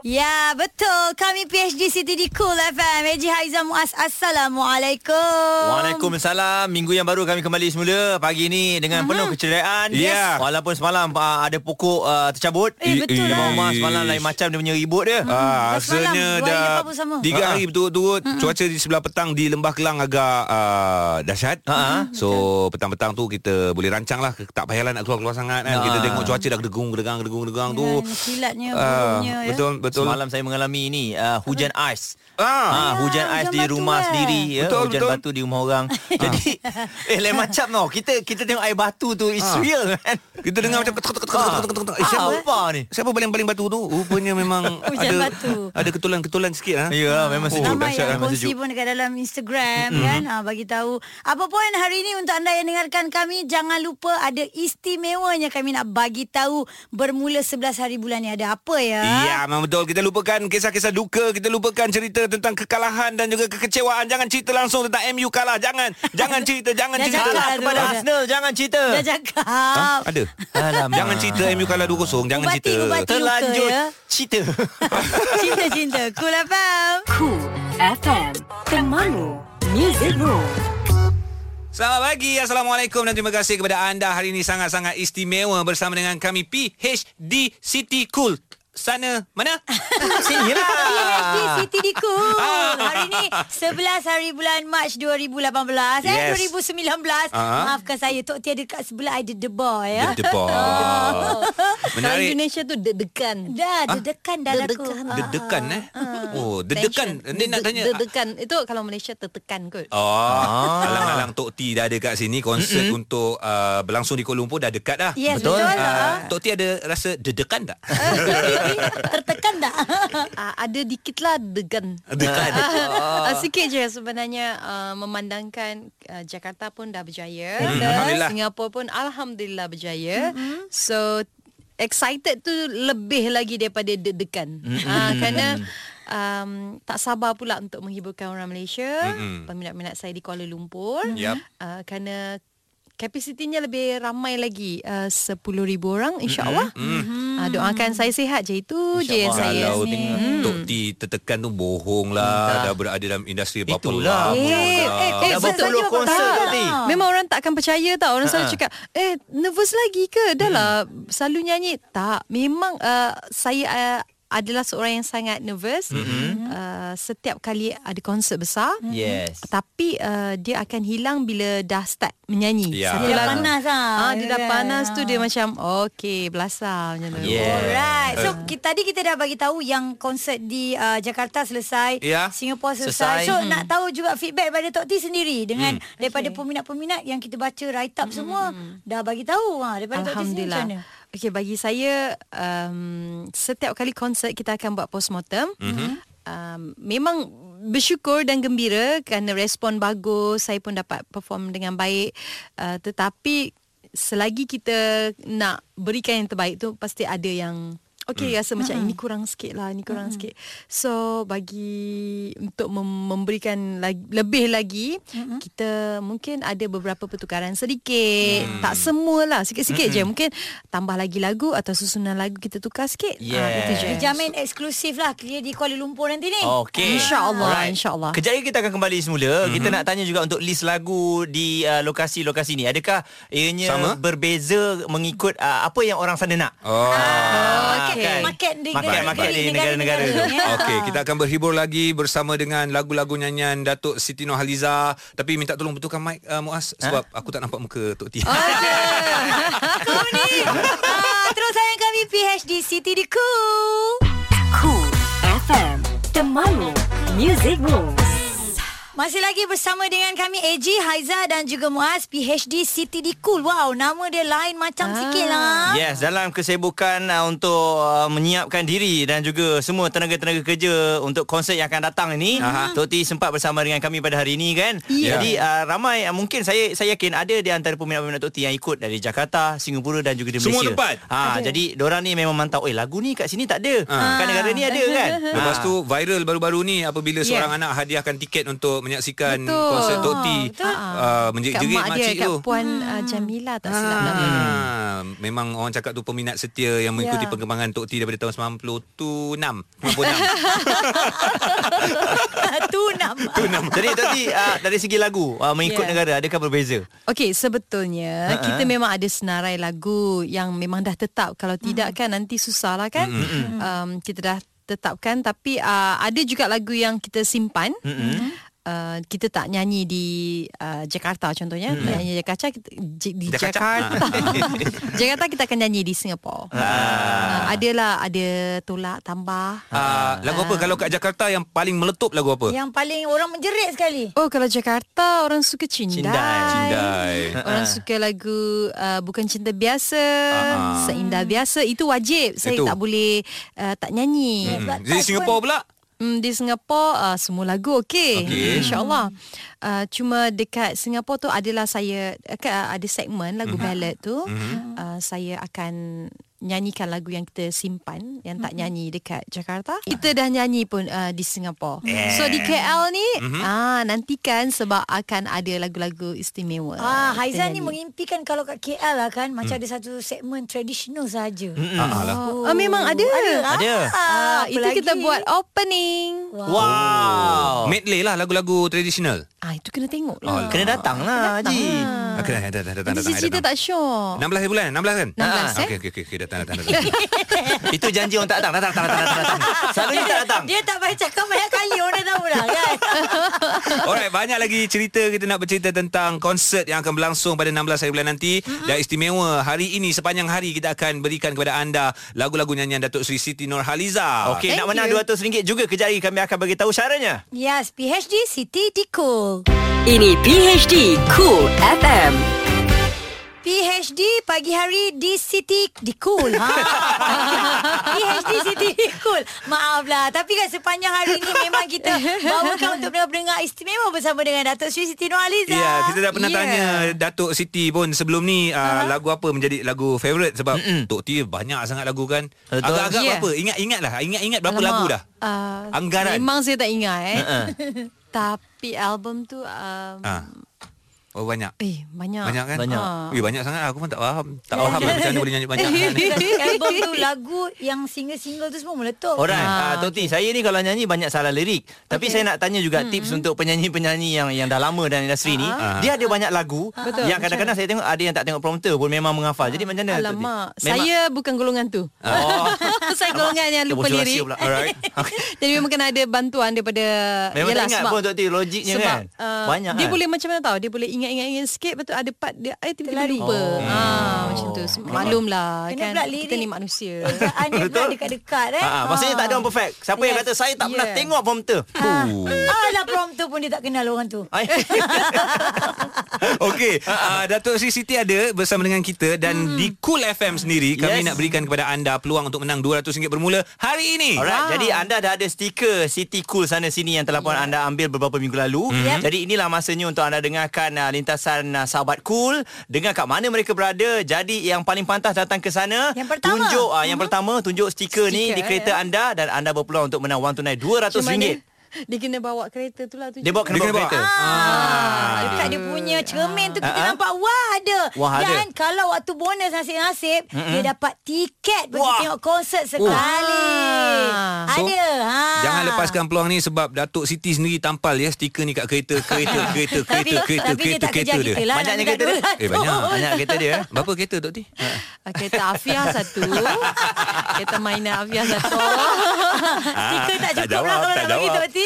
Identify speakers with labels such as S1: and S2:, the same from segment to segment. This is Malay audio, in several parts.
S1: Ya, betul. Kami PhD City di Cool FM. Eji Haizam Muaz. Assalamualaikum.
S2: Waalaikumsalam. Minggu yang baru kami kembali semula pagi ini dengan penuh keceriaan.
S3: Yes.
S2: Walaupun semalam uh, ada pokok uh, tercabut.
S1: Eh, betul
S2: Dia
S1: lah.
S2: mama semalam lain macam dia punya ribut dia.
S3: Ah,
S1: Lepas malam,
S3: rasanya
S1: dua hari
S3: dah
S1: lepas pun sama.
S3: tiga
S2: Ha.
S3: hari berturut-turut cuaca di sebelah petang di Lembah Kelang agak uh, dahsyat.
S2: Ha.
S1: Hmm,
S3: So petang-petang tu kita boleh rancang lah tak payahlah nak keluar-keluar sangat kan.
S2: Ha.
S3: Kita tengok cuaca dah gedegung gedegang gedegung gedegang tu.
S1: Ya, kilatnya,
S3: Ah,
S1: burungnya, ya.
S3: betul betul.
S2: Semalam saya mengalami ini uh, hujan ais. Ah,
S3: Ah.
S2: hujan
S1: Ya,
S2: ais
S1: hujan
S2: di
S1: batu
S2: rumah
S1: kan.
S2: sendiri ya.
S3: Betul,
S2: hujan
S3: betul.
S2: batu di rumah orang. Jadi eh lain macam tau. Kita kita tengok air batu tu is real kan.
S3: Kita dengar macam ketuk ketuk ketuk ketuk ketuk, ketuk ketuk. Eh,
S2: Ah,
S3: siapa
S2: apa ni?
S3: Siapa baling-baling batu tu? Rupanya memang
S1: Hujan
S3: ada
S1: batu.
S3: ada ketulan-ketulan sikit ha.
S2: Ya,
S4: Oh,
S2: memang sejuk
S1: Ramai
S2: dahsyat
S3: eh,
S1: yang
S2: memang
S1: kongsi
S2: sejuk.
S1: pun dekat dalam Instagram mm. kan ha, Bagi tahu Apa pun hari ini untuk anda yang dengarkan kami Jangan lupa ada istimewanya kami nak bagi tahu Bermula 11 hari bulan ni ada apa ya
S3: Ya, memang betul. Kita lupakan kisah-kisah duka, kita lupakan cerita tentang kekalahan dan juga kekecewaan. Jangan cerita langsung tentang MU kalah. Jangan, jangan cerita, jangan
S1: Dah
S3: cerita.
S1: cakap
S2: Kalah
S1: Aduh,
S2: kepada
S1: dah.
S2: Arsenal jangan cerita.
S1: Dah
S4: Ha?
S1: cakap
S3: Ada.
S2: Alamak.
S3: Jangan cerita MU kalah 2-0. Jangan
S1: Ubati,
S3: cerita.
S1: ubati.
S2: Terlanjur
S1: Luka, ya.
S2: cerita.
S1: Cinta-cinta Cool FM
S5: Cool FM, temanmu, muzikmu.
S3: Selamat pagi. Assalamualaikum dan terima kasih kepada anda hari ini sangat-sangat istimewa bersama dengan kami PHD City Cool. Sana mana?
S2: Sini lah.
S1: PHD
S3: Ah.
S1: City di Cool Hari ni 11 hari bulan Mac 2018
S3: Yes.
S1: Eh
S3: Ah.
S1: 2019 Maafkan saya Tok Tia dekat sebelah ada The Bar ya
S3: Depan.
S4: Orang
S3: Menarik.
S4: Indonesia tu deg-degan. Ah.
S1: Dah dedekan dah aku
S4: Dedekan.
S1: Ah.
S3: Dedekan eh. Oh, dedekan.
S4: Tension.
S3: Dia nak
S4: Dede-
S3: tanya.
S4: Dedekan. Itu kalau Malaysia tertekan kot.
S3: Oh, alang-alang Tok T dah ada kat sini konsert mm-hmm. untuk uh, berlangsung di Kuala Lumpur dah dekat dah.
S1: Yes, Betul. betul. Ah.
S3: Uh, Tok T ada rasa dedekan tak?
S1: Tertekan tak?
S4: Ah, ada dikit lah degan.
S3: Dekan.
S4: Ah, sikit je sebenarnya ah, memandangkan ah, Jakarta pun dah berjaya.
S3: Hmm,
S4: Dan
S3: Alhamdulillah.
S4: Singapura pun Alhamdulillah berjaya. So, excited tu lebih lagi daripada deg-degan.
S3: Mm-hmm.
S4: Ah, kerana um, tak sabar pula untuk menghiburkan orang Malaysia.
S3: Mm-mm.
S4: Peminat-peminat saya di Kuala Lumpur.
S3: Mm-hmm. Yup.
S4: Uh, kerana kapasitinya lebih ramai lagi uh, 10,000 orang insyaAllah. Mm-hmm. Uh, doakan saya sihat je itu je yang saya.
S3: Kalau
S4: Hmm.
S3: Tok T tertekan tu bohong lah. Dah berada dalam industri berapa
S2: Itulah.
S3: lama
S4: Eh,
S3: dah.
S4: eh, eh,
S2: Ah, Dah
S4: saya-
S2: berpuluh
S4: saya-
S2: konsert
S4: tak.
S2: tadi.
S4: Memang orang tak akan percaya tau. Orang selalu
S2: Ha-ha.
S4: cakap, eh nervous lagi ke? Dah lah, selalu nyanyi. Tak, memang uh, saya uh, adalah seorang yang sangat nervous. Mm-hmm. Uh, setiap kali ada konsert besar.
S2: Hmm. Yes.
S4: Tapi uh, dia akan hilang bila dah start menyanyi.
S3: Ya. Dia
S4: Satu
S1: dah
S4: lagu.
S1: panas lah.
S4: Ah, dia dah panas tu dia macam, okay, belasah macam tu.
S2: Yeah.
S1: Alright. So kita, tadi kita dah bagi tahu yang konsert di uh, Jakarta selesai,
S3: Ya.
S1: Singapura
S2: Selesai. Hmm.
S1: selesai. So nak tahu juga feedback daripada Tok T sendiri dengan daripada peminat-peminat yang kita baca write
S2: Hmm.
S1: up semua dah bagi tahu ha daripada Tok T sendiri
S4: Alhamdulillah.
S1: macam mana?
S4: Okey, bagi saya um, setiap kali konsert kita akan buat postmortem. Mm-hmm. Um, memang bersyukur dan gembira kerana respon bagus, saya pun dapat perform dengan baik. Uh, tetapi selagi kita nak berikan yang terbaik tu pasti ada yang Okey
S3: Hmm.
S4: rasa macam ini kurang sikit lah Ini kurang sikit So bagi Untuk mem- memberikan lagi, Lebih lagi
S3: Hmm.
S4: Kita mungkin ada beberapa pertukaran sedikit
S3: Hmm.
S4: Tak semualah Sikit-sikit je Mungkin tambah lagi lagu Atau susunan lagu kita tukar sikit Ah,
S2: Yes.
S4: Itu je
S1: Dijamin eksklusif lah clear di Kuala Lumpur nanti ni.
S2: Okey.
S4: InsyaAllah,
S2: Alright.
S4: insyaAllah.
S2: Kejap lagi kita akan kembali semula. Mm-hmm. Kita nak tanya juga untuk list lagu di uh, lokasi-lokasi ni. Adakah ianya
S3: Sama?
S2: berbeza mengikut uh, apa yang orang sana nak? kan?
S3: Oh.
S1: Ah,
S4: Okey.
S1: Market di
S2: Market- market di negara-negara tu.
S1: ni, ya.
S4: Eh,
S3: Okey, kita akan berhibur lagi bersama dengan lagu-lagu nyanyian Datuk Siti Nohaliza. Tapi minta tolong betulkan mic uh, Muaz
S4: Ha?
S3: sebab aku tak nampak muka Tok T.
S4: Oh.
S1: Kau ni ah, Terus sayang kami PHD City di Cool
S5: Cool FM, temanmu, muzikmu.
S1: Masih lagi bersama dengan kami AG, Haiza dan juga Muaz PhD Siti di Cool. Wow, nama dia lain macam ah. sikit lah.
S2: Yes, dalam kesibukan uh, untuk uh, menyiapkan diri dan juga semua tenaga-tenaga kerja untuk konsert yang akan datang ini. Uh-huh. Tok T sempat bersama dengan kami pada hari ini kan.
S1: Ya.
S2: Jadi uh, ramai uh, mungkin saya saya yakin ada di antara peminat-peminat Tok T yang ikut dari Jakarta, Singapura dan juga di Malaysia.
S3: Semua tempat.
S2: Ha, jadi diorang ni memang mantau, eh lagu ni kat sini tak ada. Uh. Kat negara ni ada kan.
S3: Lepas
S2: Ha.
S3: tu viral baru-baru ni apabila
S4: Yeah.
S3: seorang anak hadiahkan tiket untuk menyaksikan
S4: Betul.
S3: konsert Tok T.
S4: Betul.
S3: Ah,
S4: Kat
S3: Menjerit-jerit
S4: mak dia
S3: makcik
S4: Kat
S3: tu. Hmm.
S4: Puan uh, Jamila Tak silap
S3: Ah,
S4: nama dia.
S3: Memang orang cakap tu peminat setia yang mengikuti
S4: Ya.
S3: perkembangan Tok T daripada tahun 96. 96.
S4: Ah.
S1: tu nama.
S2: Ah. Jadi tadi uh, dari segi lagu uh, mengikut yeah.
S4: Yeah.
S2: negara adakah berbeza?
S4: Okey, sebetulnya
S2: Ha-ha.
S4: uh-huh. kita memang ada senarai lagu yang memang dah tetap. Kalau tidak kan nanti susah lah kan. Um, kita dah tetapkan tapi uh, ada juga lagu yang kita simpan. Uh, kita tak nyanyi di uh, Jakarta contohnya tak nyanyi Jakarta kita, J- di
S3: Jakarta.
S4: Jakarta
S3: Ah,
S4: Jakarta kita akan nyanyi di Singapura uh, adalah ada tolak tambah
S3: Ah, lagu apa kalau kat Jakarta yang paling meletup lagu apa?
S1: Yang paling orang menjerit sekali.
S4: oh kalau Jakarta orang suka cindai
S2: Cindai.
S3: Cindai.
S4: Orang suka lagu uh, Bukan Cinta Biasa
S3: Ah.
S4: Seindah Biasa Itu wajib Saya
S3: Itu.
S4: tak boleh uh, Tak nyanyi
S1: Sebab
S3: Hmm. Jadi
S1: tak
S3: Singapura pula
S4: mm, Di Singapura uh, Semua lagu okey
S3: Okey.
S4: okay. InsyaAllah uh, Cuma dekat Singapura tu Adalah saya uh, Ada segmen Lagu ballad tu uh, Saya akan Nyanyikan lagu yang kita simpan Yang
S1: Mhm.
S4: tak nyanyi dekat Jakarta
S1: Ya.
S4: Kita dah nyanyi pun uh, di Singapura So di KL ni ah Nantikan sebab akan ada lagu-lagu istimewa
S1: Ah,
S4: kita
S1: Haiza
S4: nyanyi.
S1: ni mengimpikan kalau kat KL lah kan macam ada satu segmen tradisional saja. Mm.
S3: Ah, lah.
S4: Oh, Hmm. ah, memang ada.
S2: Ada.
S4: Ah,
S1: Ah, apa
S4: itu
S1: lagi?
S4: kita buat opening.
S2: Wow. wow.
S4: Oh.
S3: Medley lah lagu-lagu tradisional
S4: Ah, itu kena tengok
S2: Oh,
S4: lah.
S2: kena datang lah Haji.
S3: ah. Okay, datang, datang, datang, datang,
S4: Nanti
S3: eh,
S4: Cici
S3: datang.
S4: tak sure.
S3: 16 bulan 16 kan
S4: 16, eh?
S3: Okey okey okey okay, datang datang datang
S2: Itu janji orang tak datang. Datang, datang, datang, datang. Selalunya tak datang.
S1: Dia tak baca kau banyak kali orang dah tahu dah kan.
S3: Alright banyak lagi cerita kita nak bercerita tentang konsert yang akan berlangsung pada 16 hari bulan nanti mm-hmm. dan istimewa hari ini sepanjang hari kita akan berikan kepada anda lagu-lagu nyanyian Datuk Seri Siti Nurhaliza.
S2: Okey, nak
S4: Thank
S2: menang
S4: you.
S2: RM200 kejap lagi kami akan bagi tahu caranya.
S1: Yes, PhD Siti Dikul.
S5: Ini PHD Cool FM.
S1: PhD pagi hari di City di Cool. Ha. PhD City di Cool. Maaflah. Tapi kan sepanjang hari ni memang kita bawakan untuk pendengar istimewa bersama dengan Datuk Sri Siti
S3: Ya,
S1: Nurhaliza.
S3: yeah, kita dah Ya. pernah yeah.
S4: Yeah.
S3: tanya Datuk Siti pun sebelum ni uh, lagu apa menjadi lagu favourite sebab Mm-mm. Tok T banyak sangat lagu kan.
S2: Betul.
S3: Agak-agak
S4: Ya.
S3: yeah. berapa? Ingat-ingat lah. Ingat-ingat berapa Alamak. lagu dah?
S4: Uh,
S3: Anggaran.
S4: Memang saya tak ingat
S2: Ha,
S4: eh. Tapi album tu um,
S3: Ah. Oh banyak.
S4: eh banyak.
S3: Banyak kan?
S2: Banyak.
S3: Ah. Ui, banyak sangat aku pun tak faham. Tak faham lah macam mana boleh nyanyi banyak kan.
S1: Album tu lagu yang single-single tu semua meletup.
S2: Alright, ah, Toti, saya ni kalau nyanyi banyak salah lirik. Tapi saya nak tanya juga
S4: Hmm.
S2: tips untuk penyanyi-penyanyi yang yang dah lama dalam industri ni. Dia ada banyak lagu
S4: Ah. Betul,
S2: yang kadang-kadang saya tengok ada yang tak tengok prompter pun memang menghafal. Jadi macam mana? Tok T?
S4: Alamak,
S2: Memang-
S4: saya bukan golongan tu.
S2: Oh.
S4: saya golongan yang
S2: Dia
S4: lupa
S2: bocor rahsia
S4: lirik.
S2: pula.
S3: Alright.
S4: Jadi memang kena ada bantuan daripada
S2: Memang tak ingat
S4: sebab-
S2: pun Tok T logiknya
S4: sebab,
S2: kan.
S4: Uh,
S2: Banyak
S4: Dia
S2: kan?
S4: boleh macam mana tau Dia boleh ingat-ingat sikit Lepas tu ada part dia eh, Tiba-tiba
S1: Terlari.
S4: lupa oh. ha, Macam tu So, Maklumlah
S1: Kena
S4: kan
S1: pula
S4: Kita
S1: lirik.
S4: ni manusia
S1: Kerjaan dia pula dekat-dekat eh.
S3: Ah,
S2: Ha, ha, maksudnya tak ada orang perfect. Siapa yang
S4: Yes.
S2: kata saya tak pernah
S4: Yeah.
S2: tengok prompter?
S1: Alah prompter lah, pun dia tak kenal orang tu.
S2: Ai.
S3: Okey, uh, Datuk Sri Siti ada bersama dengan kita dan di Cool FM sendiri kami
S2: Yes.
S3: nak berikan kepada anda peluang untuk menang RM200 bermula hari ini.
S2: Alright, wow. jadi anda dah ada stiker City Cool sana sini yang telah pun
S1: Ya.
S2: yeah. anda ambil beberapa minggu lalu.
S1: Yep.
S2: Jadi inilah masanya untuk anda dengarkan uh, lintasan uh, sahabat cool, dengar kat mana mereka berada. Jadi yang paling pantas datang ke sana.
S1: Yang pertama. Mhm. eh.
S2: Tunjuk uh, yang pertama tunjuk stiker, ni
S4: Stiker,
S2: di kereta
S4: ya.
S2: anda dan anda berpeluang untuk menang wang tunai
S4: Macam mana?
S2: RM200.
S4: Dia kena bawa kereta tu lah tu
S2: Dia bawa kena
S3: Dia
S2: bawa
S3: kena
S2: kereta.
S3: bawa.
S1: Ah, dekat dia punya cermin tu kita nampak wah ada.
S2: Wah, ada.
S1: Dan kalau waktu bonus nasib-nasib dia dapat tiket pergi
S2: Wah.
S1: tengok konsert sekali.
S4: Wah.
S3: So,
S1: Ada. Ha.
S3: Jangan lepaskan peluang ni sebab Datuk Siti sendiri tampal ya stiker ni kat kereta kereta kereta
S1: Tapi,
S3: kereta kereta
S1: tapi dia
S3: kereta
S1: tak
S3: kereta
S1: kejar
S3: dia.
S1: kita lah.
S2: Banyaknya
S1: Nak
S2: kereta dia?
S1: minta
S3: Eh banyak.
S1: duit.
S2: Banyak kereta dia. eh.
S3: Berapa kereta Tok Ti?
S4: Ah, Kereta Afia satu Kereta mainan Afia satu
S1: Stiker tak
S3: tak
S1: cukup lah
S3: jawab,
S1: kalau
S3: tak
S1: nak bagi
S3: jawab.
S1: Tok T.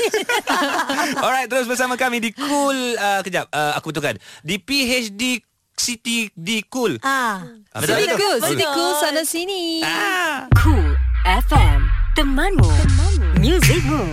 S3: Alright, terus bersama kami di Cool uh, kejap. Uh, aku betulkan. Di PHD City di Cool.
S1: Ah.
S3: Ah, betul
S4: City
S3: tak?
S4: cool
S1: Betul.
S4: City cool sana sini
S5: Cool FM. Temanmu. Temanmu. Musicmu.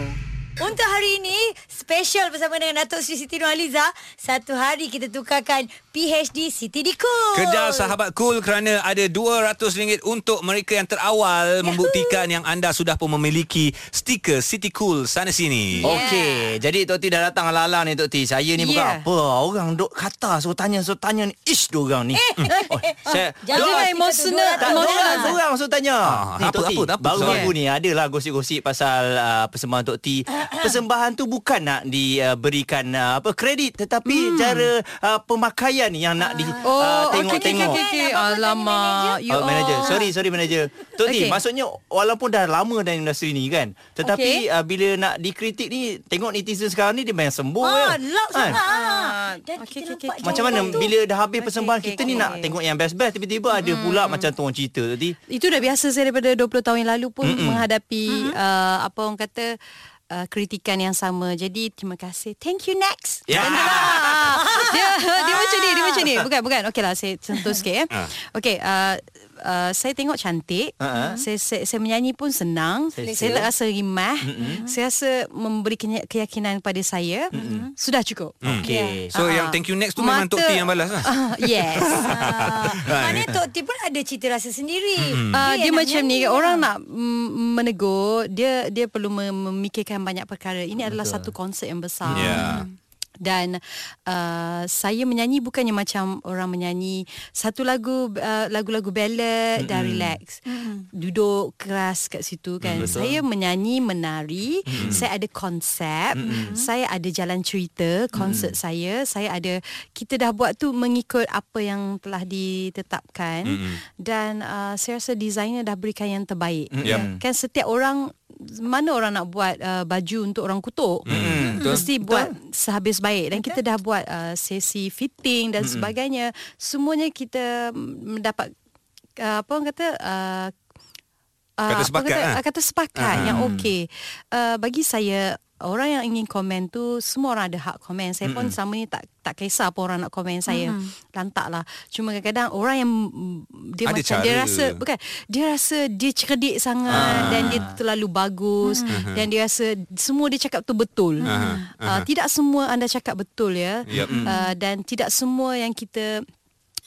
S1: Untuk hari ini special bersama dengan Datuk Sri Siti Nurhaliza. Satu hari kita tukarkan PhD Siti Dikul.
S3: Kejar sahabat cool kerana ada RM200 untuk mereka yang terawal Yahoo. membuktikan yang anda sudah pun memiliki stiker City Cool sana sini.
S2: Yeah. Okey, jadi Tok T dah datang ala-ala ni Tok T. Saya ni bukan
S4: Yeah.
S2: apa. Orang duk kata suruh tanya suruh tanya ni. Ish dorang ni. Hmm. Oh, saya Dok,
S1: Jangan
S4: Jangan emosional.
S2: tak
S4: emosional.
S2: dorang dorang suruh tanya.
S3: Ah,
S2: Ni,
S3: apa,
S2: Tok T,
S3: apa, apa
S2: Baru-baru
S4: soalan?
S2: ni adalah gosip-gosip pasal uh, persembahan Tok T. Persembahan tu bukan nak diberikan uh, apa kredit tetapi cara uh, pemakaian yang nak di uh,
S4: Hmm. Oh,
S2: tengok-tengok.
S4: okey, okey, okey, okey. Alamak. You
S2: Oh, manager.
S4: all.
S2: Sorry, sorry manager. Tok okay.
S4: Okey.
S2: maksudnya walaupun dah lama dalam industri ni kan, tetapi okay.
S4: Okey.
S2: uh, bila nak dikritik ni, tengok netizen sekarang ni dia banyak sembur.
S1: Ah,
S2: je.
S1: loud
S2: Kan?
S1: sangat. Ah. Dan
S4: Okey,
S1: kita
S4: okey,
S1: nampak
S4: okey.
S2: Macam mana
S1: jawapan tu.
S2: bila dah habis
S4: Okey,
S2: persembahan
S4: okey,
S2: kita ni
S4: okey.
S2: nak tengok yang best-best tiba-tiba ada pula macam tu orang cerita tadi.
S4: Itu dah biasa saya daripada 20 tahun yang lalu pun Mm-mm. menghadapi uh, apa orang kata uh, kritikan yang sama. Jadi terima kasih. Thank you next.
S3: Ya.
S4: dia dia macam ni, dia macam ni. Bukan bukan. Okeylah saya sentuh sikit eh.
S3: Ah.
S4: Okey, uh, Uh, saya tengok cantik
S2: Ah, ah.
S4: saya, saya saya menyanyi pun senang
S2: Selesa.
S4: saya tak rasa rimah mm-hmm. saya rasa memberi kenya- keyakinan pada saya mm-hmm. sudah cukup
S2: Okey.
S3: Mm. So yang thank you next tu memang Tok T yang balas lah.
S4: Ah, yes
S1: Ah, Maknanya Tok T pun ada cita rasa sendiri.
S3: Mm.
S1: Hmm.
S4: Uh, dia macam ni orang nak mm, menegur dia dia perlu mem- memikirkan banyak perkara ini adalah satu konsep yang besar Mm.
S3: Ya.
S4: dan uh, saya menyanyi bukannya macam orang menyanyi satu lagu uh, lagu-lagu ballad mm dan relax duduk keras kat situ kan
S2: betul.
S4: saya menyanyi menari saya ada konsep saya ada jalan cerita konsert saya saya ada kita dah buat tu mengikut apa yang telah ditetapkan dan uh, saya rasa designer dah berikan yang terbaik
S3: Yep.
S4: kan setiap orang mana orang nak buat uh, baju untuk orang kutuk
S2: Hmm,
S3: Hmm,
S4: mm, mesti buat sehabis baik dan kita dah buat uh, sesi fitting
S3: Hmm,
S4: dan sebagainya semuanya kita mm, mendapat uh, apa orang kata uh, uh,
S3: Kata
S4: apa
S3: sepakat, hmm.
S4: kata,
S3: lah.
S4: uh, kata sepakat yang okey uh, bagi saya orang yang ingin komen tu semua orang ada hak komen saya
S3: Hmm,
S4: pun selama ni tak tak kisah apa orang nak komen saya lantak lah cuma kadang-kadang orang yang mm, dia
S3: Ada
S4: macam dia
S3: cara.
S4: rasa bukan dia rasa dia cerdik sangat dan dia terlalu bagus dan dia rasa semua dia cakap tu betul
S3: Ah.
S4: Uh, tidak semua anda cakap betul ya
S3: Yep.
S4: uh, dan tidak semua yang kita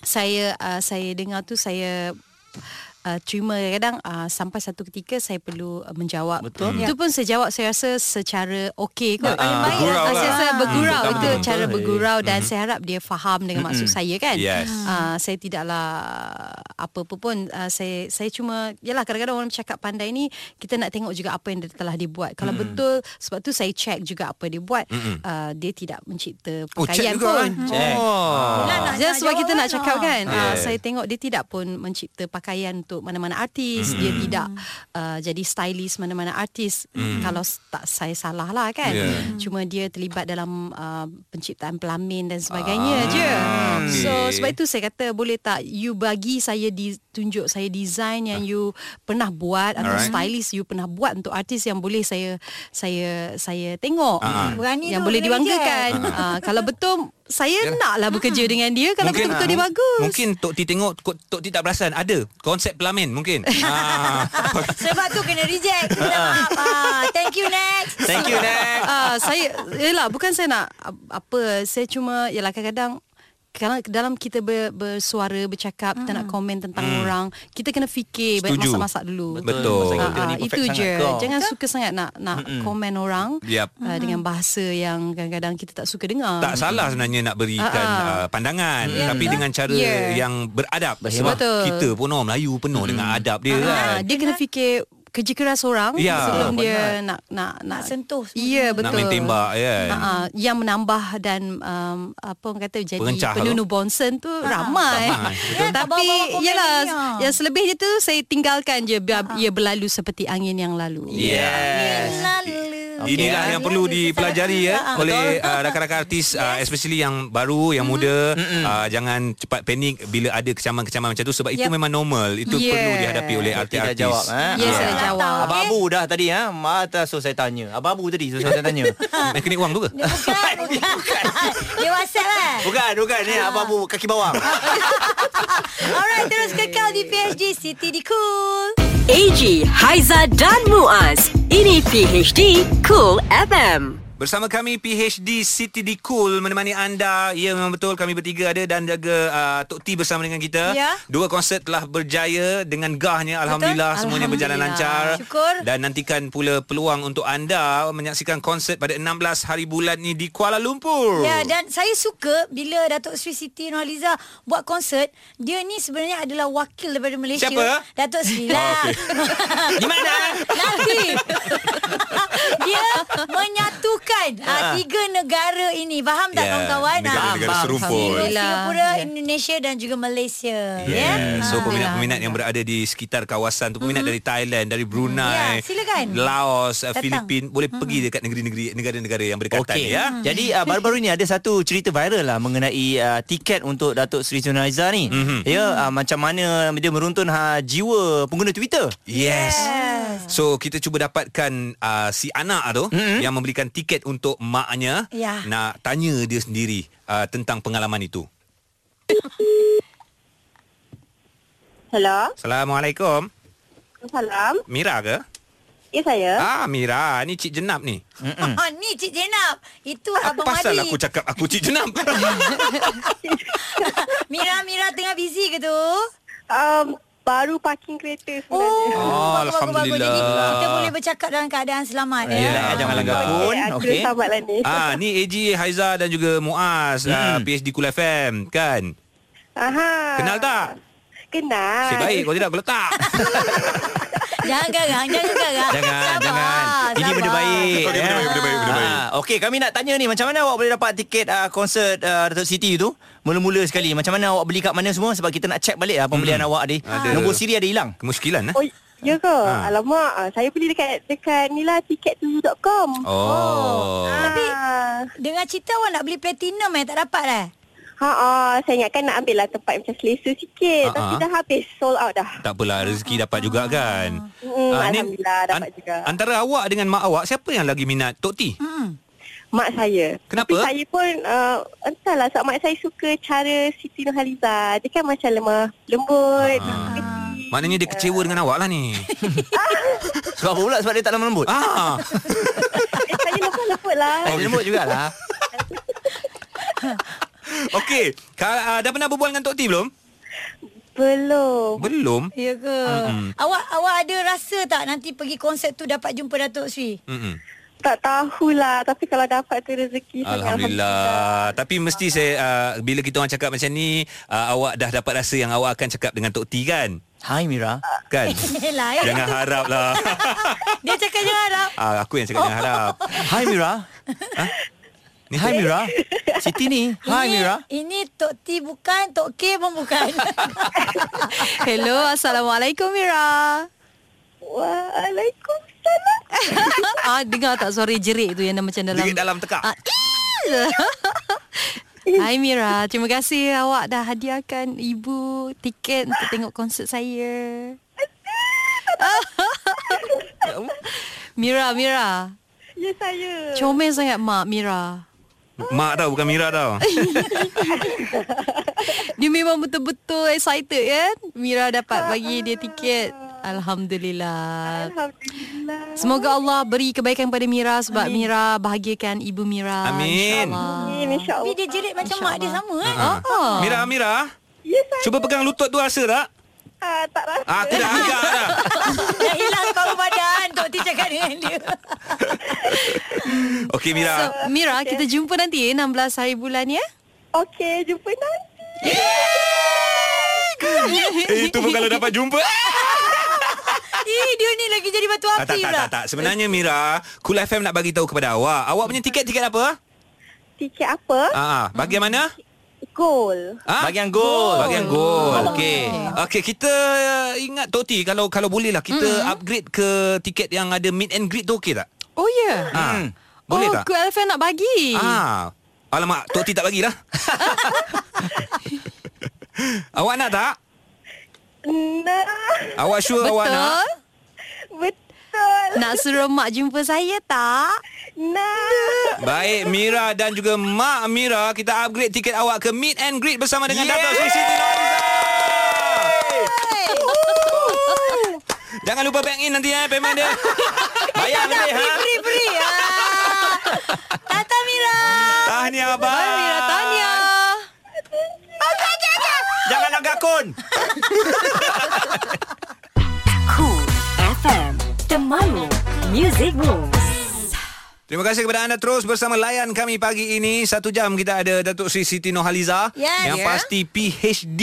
S4: saya uh, saya dengar tu saya Uh, terima kadang uh, sampai satu ketika saya perlu uh, menjawab.
S2: Betul.
S4: Itu pun saya jawab saya rasa secara okey kot.
S1: paling baik
S4: Ah,
S3: lah.
S4: Saya rasa
S1: Ah.
S4: bergurau
S3: Betul, Hmm.
S4: itu
S2: betul.
S4: cara
S2: Eh.
S4: bergurau dan saya harap dia faham dengan maksud saya kan.
S3: Yes.
S4: Uh, saya tidaklah apa-apa pun uh, saya saya cuma yalah kadang-kadang orang cakap pandai ni kita nak tengok juga apa yang dia telah dia buat.
S3: Hmm.
S4: Kalau betul sebab tu saya check juga apa dia buat. Uh, dia tidak mencipta
S3: Oh,
S4: pakaian
S3: check juga
S4: pun.
S3: kan?
S2: Check.
S3: Oh.
S1: Yelah, nak-
S4: Just
S1: nak
S4: sebab
S1: jawab
S4: kita
S1: kan?
S4: nak cakap kan
S3: Ah.
S4: yeah.
S3: Yeah.
S4: Saya tengok dia tidak pun Mencipta pakaian untuk mana-mana artis Dia tidak uh, Jadi stylist mana-mana artis Kalau s- tak saya salah lah kan
S3: Mm. Yeah.
S4: Cuma dia terlibat dalam uh, Penciptaan pelamin dan sebagainya
S3: Ah,
S4: je
S3: okay.
S4: So sebab itu saya kata Boleh tak you bagi saya di, Tunjuk saya design yang you Pernah buat Atau
S3: Alright.
S4: stylist you pernah buat Untuk artis yang boleh saya Saya saya tengok
S3: Ah.
S1: Berani
S4: Yang boleh
S1: tu, boleh
S4: dibanggakan uh, Kalau betul Saya naklah bekerja dengan dia Kalau
S3: Mungkin- lah, ah,
S4: betul-betul dia bagus
S3: Mungkin Tok T tengok kot- Tok T tak perasan Ada Konsep pelamin mungkin ah.
S1: Sebab tu kena reject. Minta maaf. Ah, thank you next.
S2: Thank you next.
S4: uh, saya yalah bukan saya nak ap- apa saya cuma yalah kadang-kadang kalau dalam kita ber, bersuara bercakap mm. kita nak komen tentang mm. orang kita kena fikir baik
S3: Setuju.
S4: masak-masak dulu
S3: Betul.
S2: Masa
S4: Ah,
S2: kita ni
S4: ah,
S2: perfect
S4: itu
S2: sangat
S4: je
S2: kau.
S4: jangan suka sangat nak nak mm komen orang
S3: Yap.
S4: uh, dengan bahasa yang kadang-kadang kita tak suka dengar
S3: Tak salah sebenarnya nak berikan
S4: Ah, ah.
S3: uh, pandangan
S4: Ya,
S3: Tapi
S4: betul.
S3: dengan cara
S4: Ya.
S3: yang beradab
S2: Betul. Hmm.
S3: Sebab
S4: Betul.
S3: kita pun orang Melayu penuh dengan adab dia
S4: Ah,
S3: kan
S4: dia kena fikir kerja keras orang
S3: Ya.
S4: sebelum
S2: Betul,
S4: dia
S2: penat.
S4: nak nak nak
S1: sentuh semua
S4: Ya
S1: benda.
S4: betul.
S3: Nak main tembak kan
S4: Ha, yang menambah dan um, apa orang kata jadi
S3: Pengencah
S4: penunu
S3: tu.
S4: bonsen tu ramai. Kan?
S3: Ramai,
S1: betul. tak
S4: Tapi
S1: bawa-bawa komen
S4: yalah
S1: ni, ha.
S4: yang selebihnya tu saya tinggalkan je biar ia berlalu seperti angin yang lalu.
S3: Ya. Yes
S1: Lalu.
S3: Okay. Inilah yang
S4: ya,
S3: perlu dipelajari ya
S1: Ah,
S3: oleh uh, rakan-rakan artis yes. uh, especially yang baru yang muda
S4: Mm-hmm.
S3: uh, jangan cepat panik bila ada kecaman-kecaman macam tu sebab itu
S4: Yep.
S3: memang normal itu
S4: Yeah.
S3: perlu dihadapi oleh
S2: Tok T dah
S3: artis-artis.
S2: jawab. Ha?
S4: Ya yes,
S3: Ah.
S4: saya dah jawab.
S2: Abang Abu dah tadi ha. Mata so saya tanya. Abang Abu tadi so saya tanya.
S3: Nak kena wang tu ke?
S1: Bukan, bukan. Dia WhatsApp lah.
S2: bukan, bukan ni Abang Abu kaki bawang.
S1: Alright, terus kekal di PhD Siti di Cool.
S5: AG, Haiza dan Muaz. Ini PHD Cool FM.
S3: Bersama kami PHD Siti Dikul menemani anda. Ya memang betul kami bertiga ada dan jaga uh, Tok T bersama dengan kita.
S1: Ya.
S3: Dua konsert telah berjaya dengan gahnya alhamdulillah semuanya berjalan lancar.
S1: Alhamdulillah. Syukur.
S3: Dan nantikan pula peluang untuk anda menyaksikan konsert pada 16 hari bulan ni di Kuala Lumpur.
S1: Ya dan saya suka bila Datuk Sri Siti Nurhaliza buat konsert, dia ni sebenarnya adalah wakil daripada Malaysia.
S3: Siapa? Ah,
S1: Datuk Sri lah.
S3: Di mana?
S1: Nanti dia menyatukan uh, tiga negara ini. Faham tak
S3: Ah, Ya,
S1: kawan-kawan?
S6: negara-negara
S1: Ah,
S6: serumpun.
S1: Singapura, Singapura,
S4: Ya.
S1: Indonesia dan juga Malaysia. Ya?
S3: Yeah. So
S4: Ah.
S3: peminat-peminat yang berada di sekitar kawasan tu peminat dari Thailand, dari Brunei,
S1: Mm-hmm. Ya, silakan.
S3: Laos, Datang.
S1: Datang. Mm-hmm.
S3: Filipin boleh pergi dekat negeri-negeri negara-negara yang berdekatan
S2: Okey.
S3: ya.
S2: Jadi uh, baru-baru ni ada satu cerita viral lah mengenai uh, tiket untuk Datuk Sri Zunaiza ni.
S3: Mhm.
S2: Ya, uh, macam mana dia meruntun uh, jiwa pengguna Twitter.
S3: Yes. So kita cuba dapatkan uh, si anak tu mm-hmm. yang membelikan tiket untuk maknya
S1: Ya.
S3: nak tanya dia sendiri uh, tentang pengalaman itu.
S7: Hello.
S3: Assalamualaikum.
S7: Salam.
S3: Mira ke?
S7: Ya saya.
S3: Ah Mira, ni Cik Jenab ni.
S1: Mm-mm. Ah, ni Cik Jenab. Itu Ah, Abang
S3: Pasal
S1: Adi.
S3: aku cakap aku Cik Jenab.
S1: Mira, Mira tengah busy ke tu?
S7: Um, baru parking kereta
S3: Ah. Oh,
S7: sebenarnya.
S1: bagus, bagus, bagus. Jadi
S3: Alhamdulillah.
S1: kita boleh bercakap dalam keadaan selamat.
S2: Ya,
S1: Ya.
S2: jangan langgar
S3: Alhamdulillah.
S2: pun.
S7: Ada
S2: Okey.
S7: sahabat lah ni.
S3: Ah, ni AJ Haiza dan juga Muaz hmm. uh,
S2: Hmm.
S3: PhD Kul FM kan.
S7: Aha.
S3: Kenal tak?
S7: Kenal.
S3: Saya baik kalau tidak kalau tak.
S1: Jangan garang, jangan garang.
S2: Jangan, jangan.
S1: Sabar,
S2: Kan? Ini
S1: sabar.
S2: benda baik.
S6: Okey, benda baik, benda baik, benda baik.
S2: Ah, Okey, kami nak tanya ni macam mana awak boleh dapat tiket uh, konsert uh, Datuk Siti tu? Mula-mula sekali. Macam mana awak beli kat mana semua sebab kita nak check balik lah pembelian
S3: Hmm.
S2: awak ni.
S3: Ada.
S2: Nombor siri ada hilang.
S3: Kemuskilan eh.
S7: Oh, ya ke?
S3: Ha.
S7: Alamak, ah, saya beli dekat dekat ni lah tiket2.com.
S3: Oh.
S7: Tapi
S1: Dengar cerita awak nak beli platinum eh, tak dapat eh?
S7: ha ah, saya ingatkan nak ambil lah tempat macam selesa sikit
S3: Ha,
S7: tapi
S3: ha.
S7: dah habis sold out dah.
S3: Tak apalah rezeki dapat juga kan.
S7: Hmm,
S3: Ah, ni
S7: alhamdulillah dapat
S3: an-
S7: juga.
S3: Antara awak dengan mak awak siapa yang lagi minat? Tok T.
S7: Mak saya.
S3: Kenapa?
S7: Tapi saya pun uh, entahlah sebab mak saya suka cara Siti Nurhaliza. Dia kan macam lemah, lembut.
S3: Ah.
S7: kecil.
S3: Maknanya dia kecewa dengan awak lah ni.
S2: Sebab apa pula sebab dia tak lemah lembut? Ah,
S3: ah.
S7: Eh, saya lembut-lembut lah.
S2: dia lembut jugalah.
S3: Okey, Ka- ah, dah pernah berbual dengan Tok T belum?
S7: Belum.
S3: Belum.
S1: Ya ke? Awak awak ada rasa tak nanti pergi konsert tu dapat jumpa Datuk Sri?
S3: Mm-mm.
S7: Tak tahulah tapi kalau dapat tu rezeki sangat.
S3: Alhamdulillah. Tapi mesti saya uh, bila kita orang cakap macam ni, uh, awak dah dapat rasa yang awak akan cakap dengan Tok T kan?
S2: Hai Mira.
S3: Kan?
S1: Yelah,
S2: Ya.
S1: eh.
S3: Jangan harap lah.
S1: Dia cakap jangan harap.
S3: ah, aku yang cakap jangan harap.
S2: Hai Mira.
S3: Ni
S2: Hai Mira. Siti ni. Hai
S1: Ini-
S2: Mira.
S1: Ini Tok T bukan, Tok K pun bukan.
S4: Hello, Assalamualaikum Mira.
S7: Waalaikumsalam.
S4: ah, dengar tak suara jerit tu yang macam dalam
S3: Jerit dalam tekak.
S4: Ah, "Ih!" Hai Mira, terima kasih awak dah hadiahkan ibu tiket untuk tengok konsert saya. Mira, Mira.
S7: Ya saya.
S4: Comel sangat mak Mira.
S3: Mak tau bukan Mira tau.
S4: Dia memang betul-betul excited kan? Mira dapat bagi dia tiket. Alhamdulillah.
S7: Alhamdulillah.
S4: Semoga Allah beri kebaikan kepada Mira sebab Amin. Mira bahagiakan ibu Mira.
S3: Amin.
S4: InsyaAllah.
S7: Amin
S1: Tapi
S7: insya-Allah.
S1: dia jerit macam mak dia sama eh.
S4: Oh.
S3: Mira, Mira.
S7: Ya saya.
S3: Cuba pegang lutut tu rasa tak?
S7: Ah, tak rasa.
S3: Ah, aku dah agak dah.
S1: Dah hilang kau badan Tok T cakap dengan dia.
S3: Okey
S4: So,
S3: Mira.
S4: Mira, okay. kita jumpa nanti eh, 16 hari bulan ya.
S7: Okey, jumpa nanti.
S3: Eh, itu pun kalau dapat jumpa.
S1: Ih, dia ni lagi jadi batu
S3: Ah, tak,
S1: api
S3: tak,
S1: pula.
S3: tak, tak. Sebenarnya Mira, Cool FM nak bagi tahu kepada awak. Awak punya tiket tiket apa?
S7: Tiket apa?
S3: Ah, ah. bagaimana?
S7: Goal.
S3: Ah?
S2: Bagian gol.
S3: Bagian gol.
S2: Okey.
S3: Okey, kita eh, ingat Toti kalau kalau boleh lah kita mm-hmm. upgrade ke tiket yang ada meet and greet tu okey tak?
S4: Oh ya. Yeah.
S3: Ah.
S2: Hmm.
S3: Boleh
S4: oh,
S3: tak?
S4: Good Elephant nak bagi.
S3: Ah. Alamak, Tok T tak bagilah. awak nak tak?
S7: Nah,
S3: Awak sure
S4: Betul.
S3: awak nak?
S7: betul.
S4: Nak suruh mak jumpa saya tak?
S7: Nah.
S3: Baik, Mira dan juga Mak Mira, kita upgrade tiket awak ke meet and greet bersama dengan yeah. Dato' Sri Siti Nurhaliza. Jangan lupa bank in nanti eh payment dia.
S2: Bayar lebih ha.
S1: Free-free. Ah.
S3: Tahniah abang.
S4: Amira Tania.
S2: Ya. Jangan langgar kun.
S5: Cool FM Temanmu Music Moves
S3: Terima kasih kepada anda terus bersama layan kami pagi ini. Satu jam kita ada Datuk Sri Siti Nohaliza.
S1: Ya,
S3: yang
S1: ya.
S3: pasti PhD.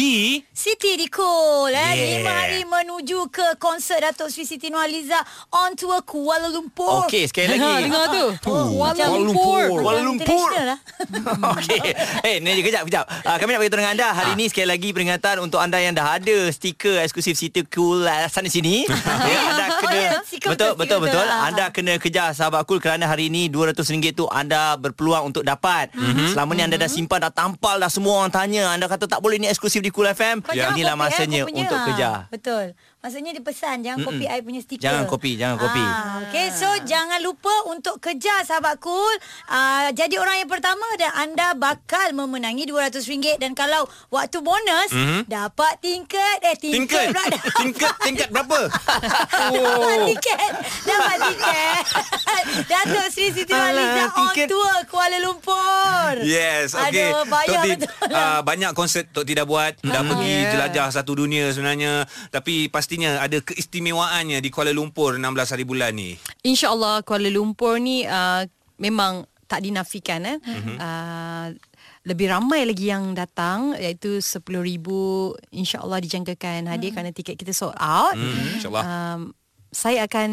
S1: Siti Dikul eh,
S3: Yeah.
S1: Lima hari menuju ke konsert Datuk Sri Siti Nohaliza On tour Kuala Lumpur
S2: Okey, sekali
S4: Ha,
S2: lagi. Oh,
S4: dengar tu.
S1: Oh,
S4: Kuala
S1: Macam
S4: Lumpur.
S2: Kuala Lumpur.
S1: International lah.
S2: Okey. Eh, ni kejap kejap. Uh, kami nak beritahu dengan anda hari ini sekali lagi peringatan untuk anda yang dah ada stiker eksklusif Siti Cool uh, sana sini. ya, anda kena
S1: Stiker
S2: betul betul
S1: betul, stiker
S2: betul.
S1: betul. Ah.
S2: Anda kena kejar sahabat cool kerana hari ini RM200 tu anda berpeluang untuk dapat.
S1: Mhm.
S2: Selama ni anda dah simpan dah tampal dah semua orang tanya. Anda kata tak boleh ni eksklusif di Cool FM.
S1: Kau
S2: Inilah
S1: jangan copy, eh,
S2: lah masanya
S1: kau punya.
S2: untuk
S1: Ah,
S2: kejar.
S1: Betul. Maksudnya dia pesan jangan Mm-mm. copy I punya stiker.
S2: Jangan copy, jangan copy.
S1: Ah, okay, so jangan lupa untuk kejar sahabat cool. Ah, jadi orang yang pertama dan anda bakal memenangi RM200 dan kalau waktu bonus mm-hmm. dapat tingkat eh
S3: Tingkat.
S1: tingkat pula dah.
S3: Tingkat tingkat berapa?
S1: Dapat tiket Dapat tiket Datuk Sri Siti Waliza
S2: Alah,
S1: On
S2: tiket.
S1: tour Kuala Lumpur
S3: Yes, okey.
S1: Aduh bayar
S3: Tok Tin,
S1: betul Hmm.
S3: uh, banyak konsert Tok Tin dah buat. Dah pergi jelajah satu dunia sebenarnya. Tapi pastinya ada keistimewaannya di Kuala Lumpur 16 hari bulan ni.
S4: InsyaAllah Kuala Lumpur ni uh, memang tak dinafikan eh. Mm-hmm. Uh, lebih ramai lagi yang datang iaitu 10,000 insya-Allah dijangkakan hadir mm. kerana tiket kita sold out.
S3: Hmm, InsyaAllah.
S1: Ah,
S4: Um, saya akan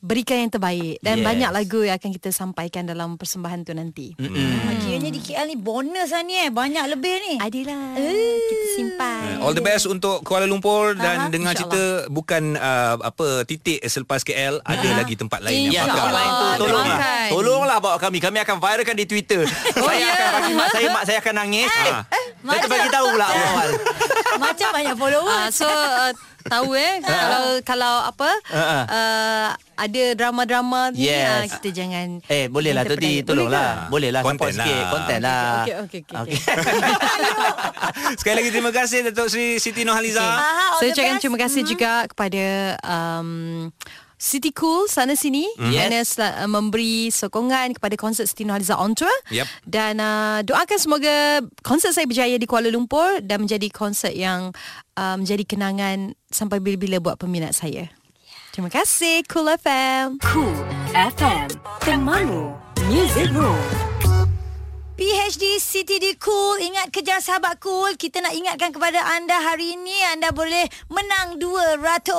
S4: berikan yang terbaik
S2: Yes.
S4: dan yes. banyak lagu yang akan kita sampaikan dalam persembahan tu nanti. Mm.
S1: Hmm. Kiranya di KL ni bonus lah ni eh Banyak lebih ni
S4: Adalah lah. kita simpan.
S3: All the best untuk Kuala Lumpur dan dengar cerita bukan uh, apa titik selepas KL ada lagi tempat lain
S2: Ya,
S3: yang
S4: InsyaAllah.
S2: tempat
S3: bakal. lah.
S2: lain tu tolonglah.
S4: Doakan.
S2: Tolonglah bawa kami. Kami akan viralkan di Twitter. Oh, saya yeah. akan bagi mak saya, mak saya akan nangis. Eh, ha.
S1: mak
S2: Kita bagi tahu pula awal.
S1: Macam banyak follower
S4: Ah, so uh, tahu eh kalau kalau apa
S2: ah.
S4: uh, ada drama-drama ni
S2: Yes.
S4: ah, kita jangan
S2: Eh, boleh lah
S4: kita
S2: Toti,
S4: pedaya.
S2: tolonglah.
S4: Boleh
S2: Boleh lah support
S3: Content lah.
S2: sikit, konten lah.
S4: Okey, okey, okey, okey.
S3: Sekali lagi terima kasih Datuk Sri Siti Nohaliza.
S1: Aha,
S4: ke?
S1: all
S4: Saya
S1: the
S4: ucapkan
S1: best.
S4: terima kasih juga kepada um, City Cool sana sini mm.
S2: Mhm. Yes.
S4: yes. Mana sel- uh, memberi sokongan kepada konsert Siti Nurhaliza on tour
S3: Yep.
S4: Dan uh, doakan semoga konsert saya berjaya di Kuala Lumpur Dan menjadi konsert yang uh, menjadi kenangan sampai bila-bila buat peminat saya Terima kasih Cool FM
S5: Cool FM Temanmu Music Moves
S1: PhD Siti di Cool Ingat kejar sahabat cool Kita nak ingatkan kepada anda hari ini Anda boleh menang RM200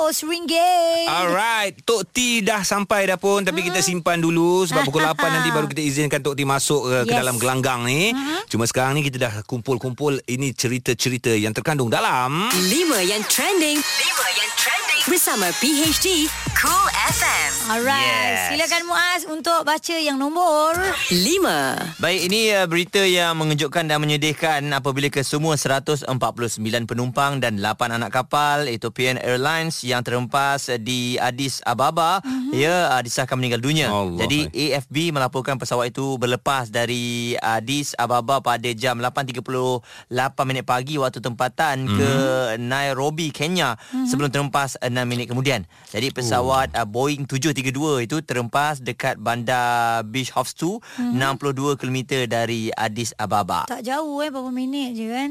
S3: Ah, Alright, Tok T dah sampai dah pun tapi kita simpan dulu sebab pukul 8 nanti baru kita izinkan Tok T masuk uh, ke
S1: Yes.
S3: dalam gelanggang ni. Cuma sekarang ni kita dah kumpul-kumpul ini cerita-cerita yang terkandung dalam
S5: 5 yang trending 5 yang trending Bersama PHD Cool FM
S1: Alright yes. Silakan Muaz untuk baca yang nombor
S5: 5
S2: Baik, ini uh, berita yang mengejutkan dan menyedihkan apabila kesemua 149 penumpang dan 8 anak kapal Ethiopian Airlines yang terhempas uh, di Addis Ababa mm-hmm. ya uh, disahkan meninggal dunia.
S3: Allah.
S2: Jadi AFB melaporkan pesawat itu berlepas dari Addis Ababa pada jam 8.38 minit pagi waktu tempatan mm-hmm. ke Nairobi, Kenya mm-hmm. sebelum terhempas 6 minit kemudian. Jadi pesawat uh, Boeing 732 itu terhempas dekat bandar Bishoftu mm-hmm. 62 km dari Addis Ababa.
S1: Tak jauh eh Berapa minit je kan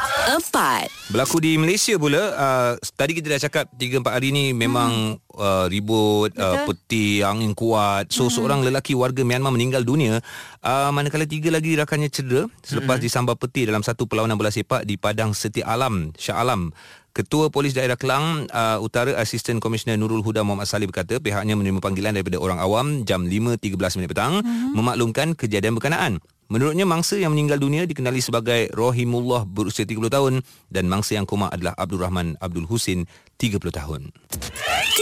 S5: 4
S3: Berlaku di Malaysia pula uh, Tadi kita dah cakap 3-4 hari ni Memang hmm. uh, ribut uh, Peti Angin kuat So hmm. seorang lelaki warga Myanmar meninggal dunia uh, Manakala tiga lagi rakannya cedera Selepas hmm. disambar peti Dalam satu perlawanan bola sepak Di Padang Seti Alam Shah Alam Ketua Polis Daerah Kelang uh, Utara Asisten Komisioner Nurul Huda Muhammad Saleh berkata pihaknya menerima panggilan daripada orang awam jam 5.13 minit petang mm-hmm. memaklumkan kejadian berkenaan. Menurutnya mangsa yang meninggal dunia dikenali sebagai Rohimullah berusia 30 tahun dan mangsa yang koma adalah Abdul Rahman Abdul Husin 30 tahun.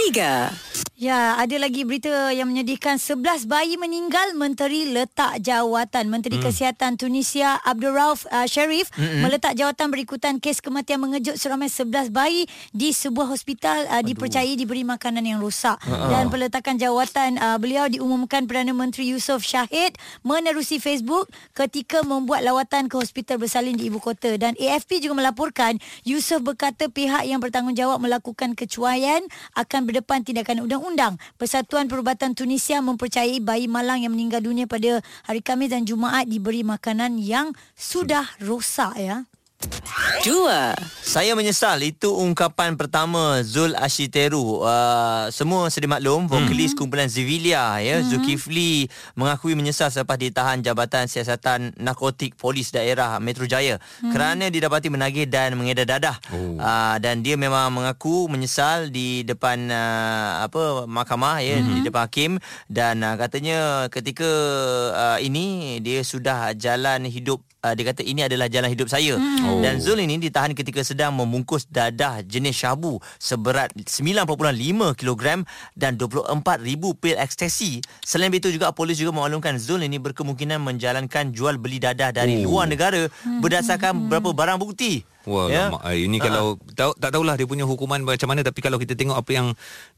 S5: 3
S1: Ya, ada lagi berita yang menyedihkan 11 bayi meninggal menteri letak jawatan. Menteri mm. Kesihatan Tunisia Abdul Rauf uh, Sharif mm meletak jawatan berikutan kes kematian mengejut seramai 11 bayi di sebuah hospital uh, dipercayai diberi makanan yang rosak. Dan peletakan jawatan uh, beliau diumumkan Perdana Menteri Yusof Syahid menerusi Facebook ketika membuat lawatan ke hospital bersalin di ibu kota dan AFP juga melaporkan Yusof berkata pihak yang bertanggungjawab melakukan kecuaian akan berdepan tindakan undang-undang undang-undang, Persatuan Perubatan Tunisia mempercayai bayi malang yang meninggal dunia pada hari Khamis dan Jumaat diberi makanan yang sudah rosak ya.
S5: Dua.
S2: Saya menyesal Itu ungkapan pertama Zul Ashiteru uh, Semua sedia maklum Vokalis kumpulan Zivilia ya, hmm. Zulkifli Mengakui menyesal Selepas ditahan Jabatan Siasatan Narkotik Polis Daerah Metro Jaya hmm. Kerana didapati menagih Dan mengedar dadah oh. uh, Dan dia memang mengaku Menyesal Di depan uh, apa Mahkamah ya, hmm. Di depan hakim Dan uh, katanya Ketika uh, ini Dia sudah jalan hidup uh, Dia kata ini adalah jalan hidup saya
S3: Oh.
S2: hmm. Dan Zul ini ditahan ketika sedang membungkus dadah jenis syabu seberat 9.5 kilogram dan 24,000 pil ekstasi. Selain itu juga polis juga memaklumkan Zul ini berkemungkinan menjalankan jual beli dadah dari
S3: Oh.
S2: luar negara berdasarkan beberapa barang bukti. Ya. Ah.
S3: Wah, yeah. lama. Eh, ini kalau tahu, tak tahulah dia punya hukuman macam mana tapi kalau kita tengok apa yang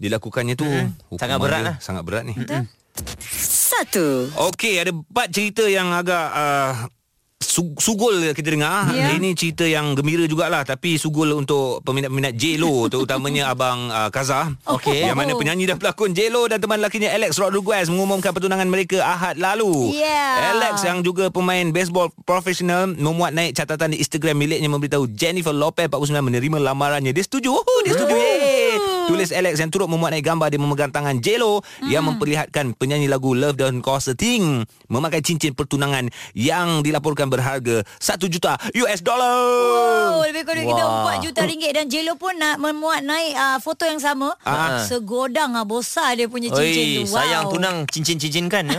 S3: dilakukannya tu mm.
S2: Sangat berat lah.
S3: sangat berat ni. Mm-hmm.
S5: Satu.
S3: Okey, ada empat cerita yang agak uh, su- sugul kita dengar. Yeah. Ini cerita yang gembira jugalah tapi sugul untuk peminat-peminat J-Lo terutamanya abang uh, Kazah.
S2: Okey.
S3: Yang mana penyanyi dan pelakon J-Lo dan teman lakinya Alex Rodriguez mengumumkan pertunangan mereka Ahad lalu.
S1: Yeah.
S3: Alex yang juga pemain baseball profesional memuat naik catatan di Instagram miliknya memberitahu Jennifer Lopez 49 menerima lamarannya. Dia setuju. Oh, dia setuju. Yeay.
S1: Hmm.
S3: Tulis Alex yang turut memuat naik gambar dia memegang tangan J-Lo yang
S1: Hmm.
S3: memperlihatkan penyanyi lagu Love Don't Cost a Thing memakai cincin pertunangan yang dilaporkan berharga 1 juta US dollar.
S1: Oh, lebih kurang kita
S2: Wah.
S1: buat juta ringgit dan Jelo pun nak memuat naik uh, foto yang sama.
S3: Ah.
S1: Segodang ah besar dia punya
S2: Oi,
S1: cincin tu. Wow.
S2: sayang tunang cincin-cincin kan ya.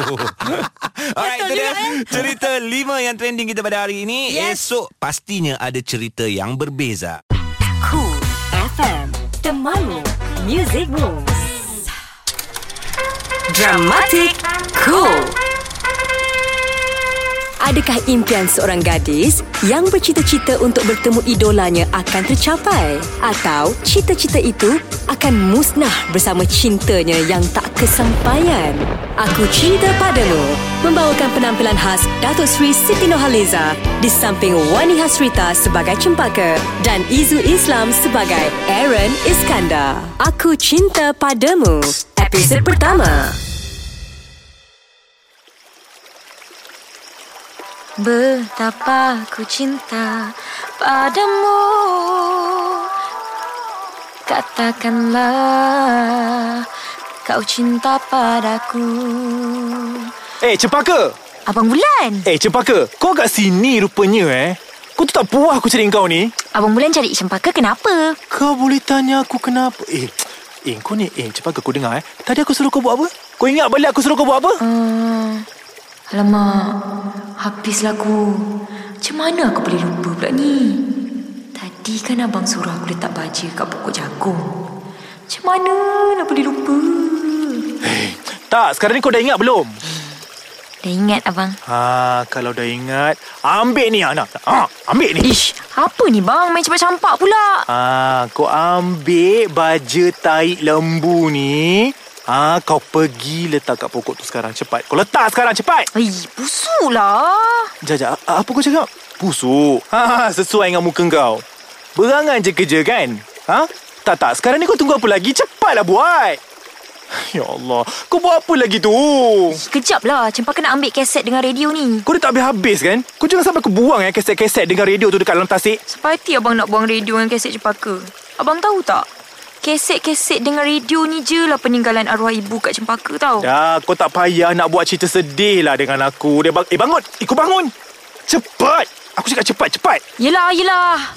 S3: Alright, itu
S1: Betul
S3: dia
S1: juga, eh?
S3: cerita 5 yang trending kita pada hari ini.
S1: Yes.
S3: Esok pastinya ada cerita yang berbeza.
S5: Cool FM. Temanmu. Music Moves. Dramatic Cool. Adakah impian seorang gadis yang bercita-cita untuk bertemu idolanya akan tercapai? Atau cita-cita itu akan musnah bersama cintanya yang tak kesampaian? Aku Cinta Padamu membawakan penampilan khas Datuk Seri Siti Nohaliza di samping Wani Hasrita sebagai Cempaka dan Izu Islam sebagai Aaron Iskandar. Aku Cinta Padamu, episod pertama.
S6: Betapa ku cinta padamu Katakanlah kau cinta padaku
S8: Eh, Cempaka!
S6: Abang Bulan
S8: Eh, Cempaka, kau kat sini rupanya eh. Kau tu tak puas aku cari kau ni.
S6: Abang Bulan cari cempaka kenapa?
S8: Kau boleh tanya aku kenapa? Eh, eh kau ni, eh Cempaka kau dengar eh. Tadi aku suruh kau buat apa? Kau ingat balik aku suruh kau buat apa?
S6: Hmm, alamak Habislah aku Macam mana aku boleh lupa pula ni Tadi kan abang suruh aku letak baja kat pokok jagung Macam mana nak boleh lupa
S8: Tak, sekarang ni kau dah ingat belum?
S6: Dah ingat abang
S8: Ha, kalau dah ingat, ambil ni anak. Ha, ambil ni.
S6: Ish, apa ni bang? Main campak-campak pula.
S8: Ha, kau ambil baja tahi lembu ni. Ha, kau pergi letak kat pokok tu sekarang cepat. Kau letak sekarang cepat.
S6: Ai, busuk lah.
S8: Jajak, apa kau cakap? Busuk. Ha, sesuai dengan muka kau. Berangan je kerja kan? Ha? Tak tak, sekarang ni kau tunggu apa lagi? Cepatlah buat. Ya Allah, kau buat apa lagi tu?
S6: Kejap lah, Cempaka nak ambil kaset dengan radio ni.
S8: Kau dah tak habis-habis kan? Kau jangan sampai kau buang eh kaset-kaset dengan radio tu dekat dalam tasik.
S6: Sepati abang nak buang radio dengan kaset Cempaka. Abang tahu tak? Kaset-kaset dengan radio ni je lah peninggalan arwah ibu kat Cempaka tau.
S8: Dah, Ya, kau tak payah nak buat cerita sedih lah dengan aku. Dia bang eh bangun, eh kau bangun. Cepat. Aku cakap cepat, cepat.
S6: Yelah, yelah.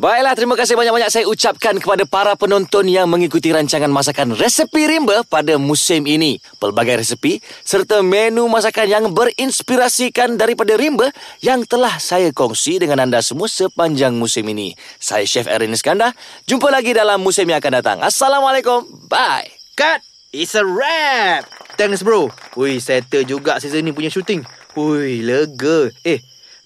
S9: Baiklah, terima kasih banyak-banyak saya ucapkan kepada para penonton yang mengikuti rancangan masakan resepi rimba pada musim ini. Pelbagai resepi serta menu masakan yang berinspirasikan daripada rimba yang telah saya kongsi dengan anda semua sepanjang musim ini. Saya Chef Erin Iskandar. Jumpa lagi dalam musim yang akan datang. Assalamualaikum. Bye.
S10: Cut It's a wrap Thanks bro Ui settle juga season ni punya syuting Ui lega Eh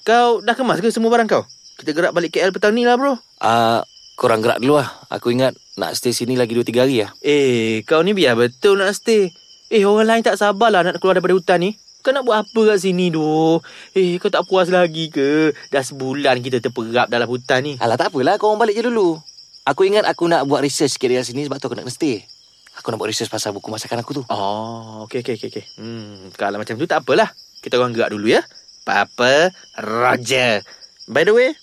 S10: Kau dah kemas ke semua barang kau? Kita gerak balik KL petang ni lah bro
S9: Uh, korang gerak dulu lah. Aku ingat nak stay sini lagi 2-3 hari lah.
S10: Eh kau ni biar betul nak stay Eh orang lain tak sabarlah nak keluar daripada hutan ni Kau nak buat apa kat sini doh Eh kau tak puas lagi ke Dah sebulan kita terperap dalam hutan ni
S9: Alah tak apalah, korang balik je dulu. Aku ingat aku nak buat research sikit dari sini sebab tu aku nak kena stay. Aku nak buat research pasal buku masakan aku tu.
S10: Oh, okey okey okey okey. Hmm, kalau macam tu tak apalah. Kita orang gerak dulu ya. Papa Roger. By the way,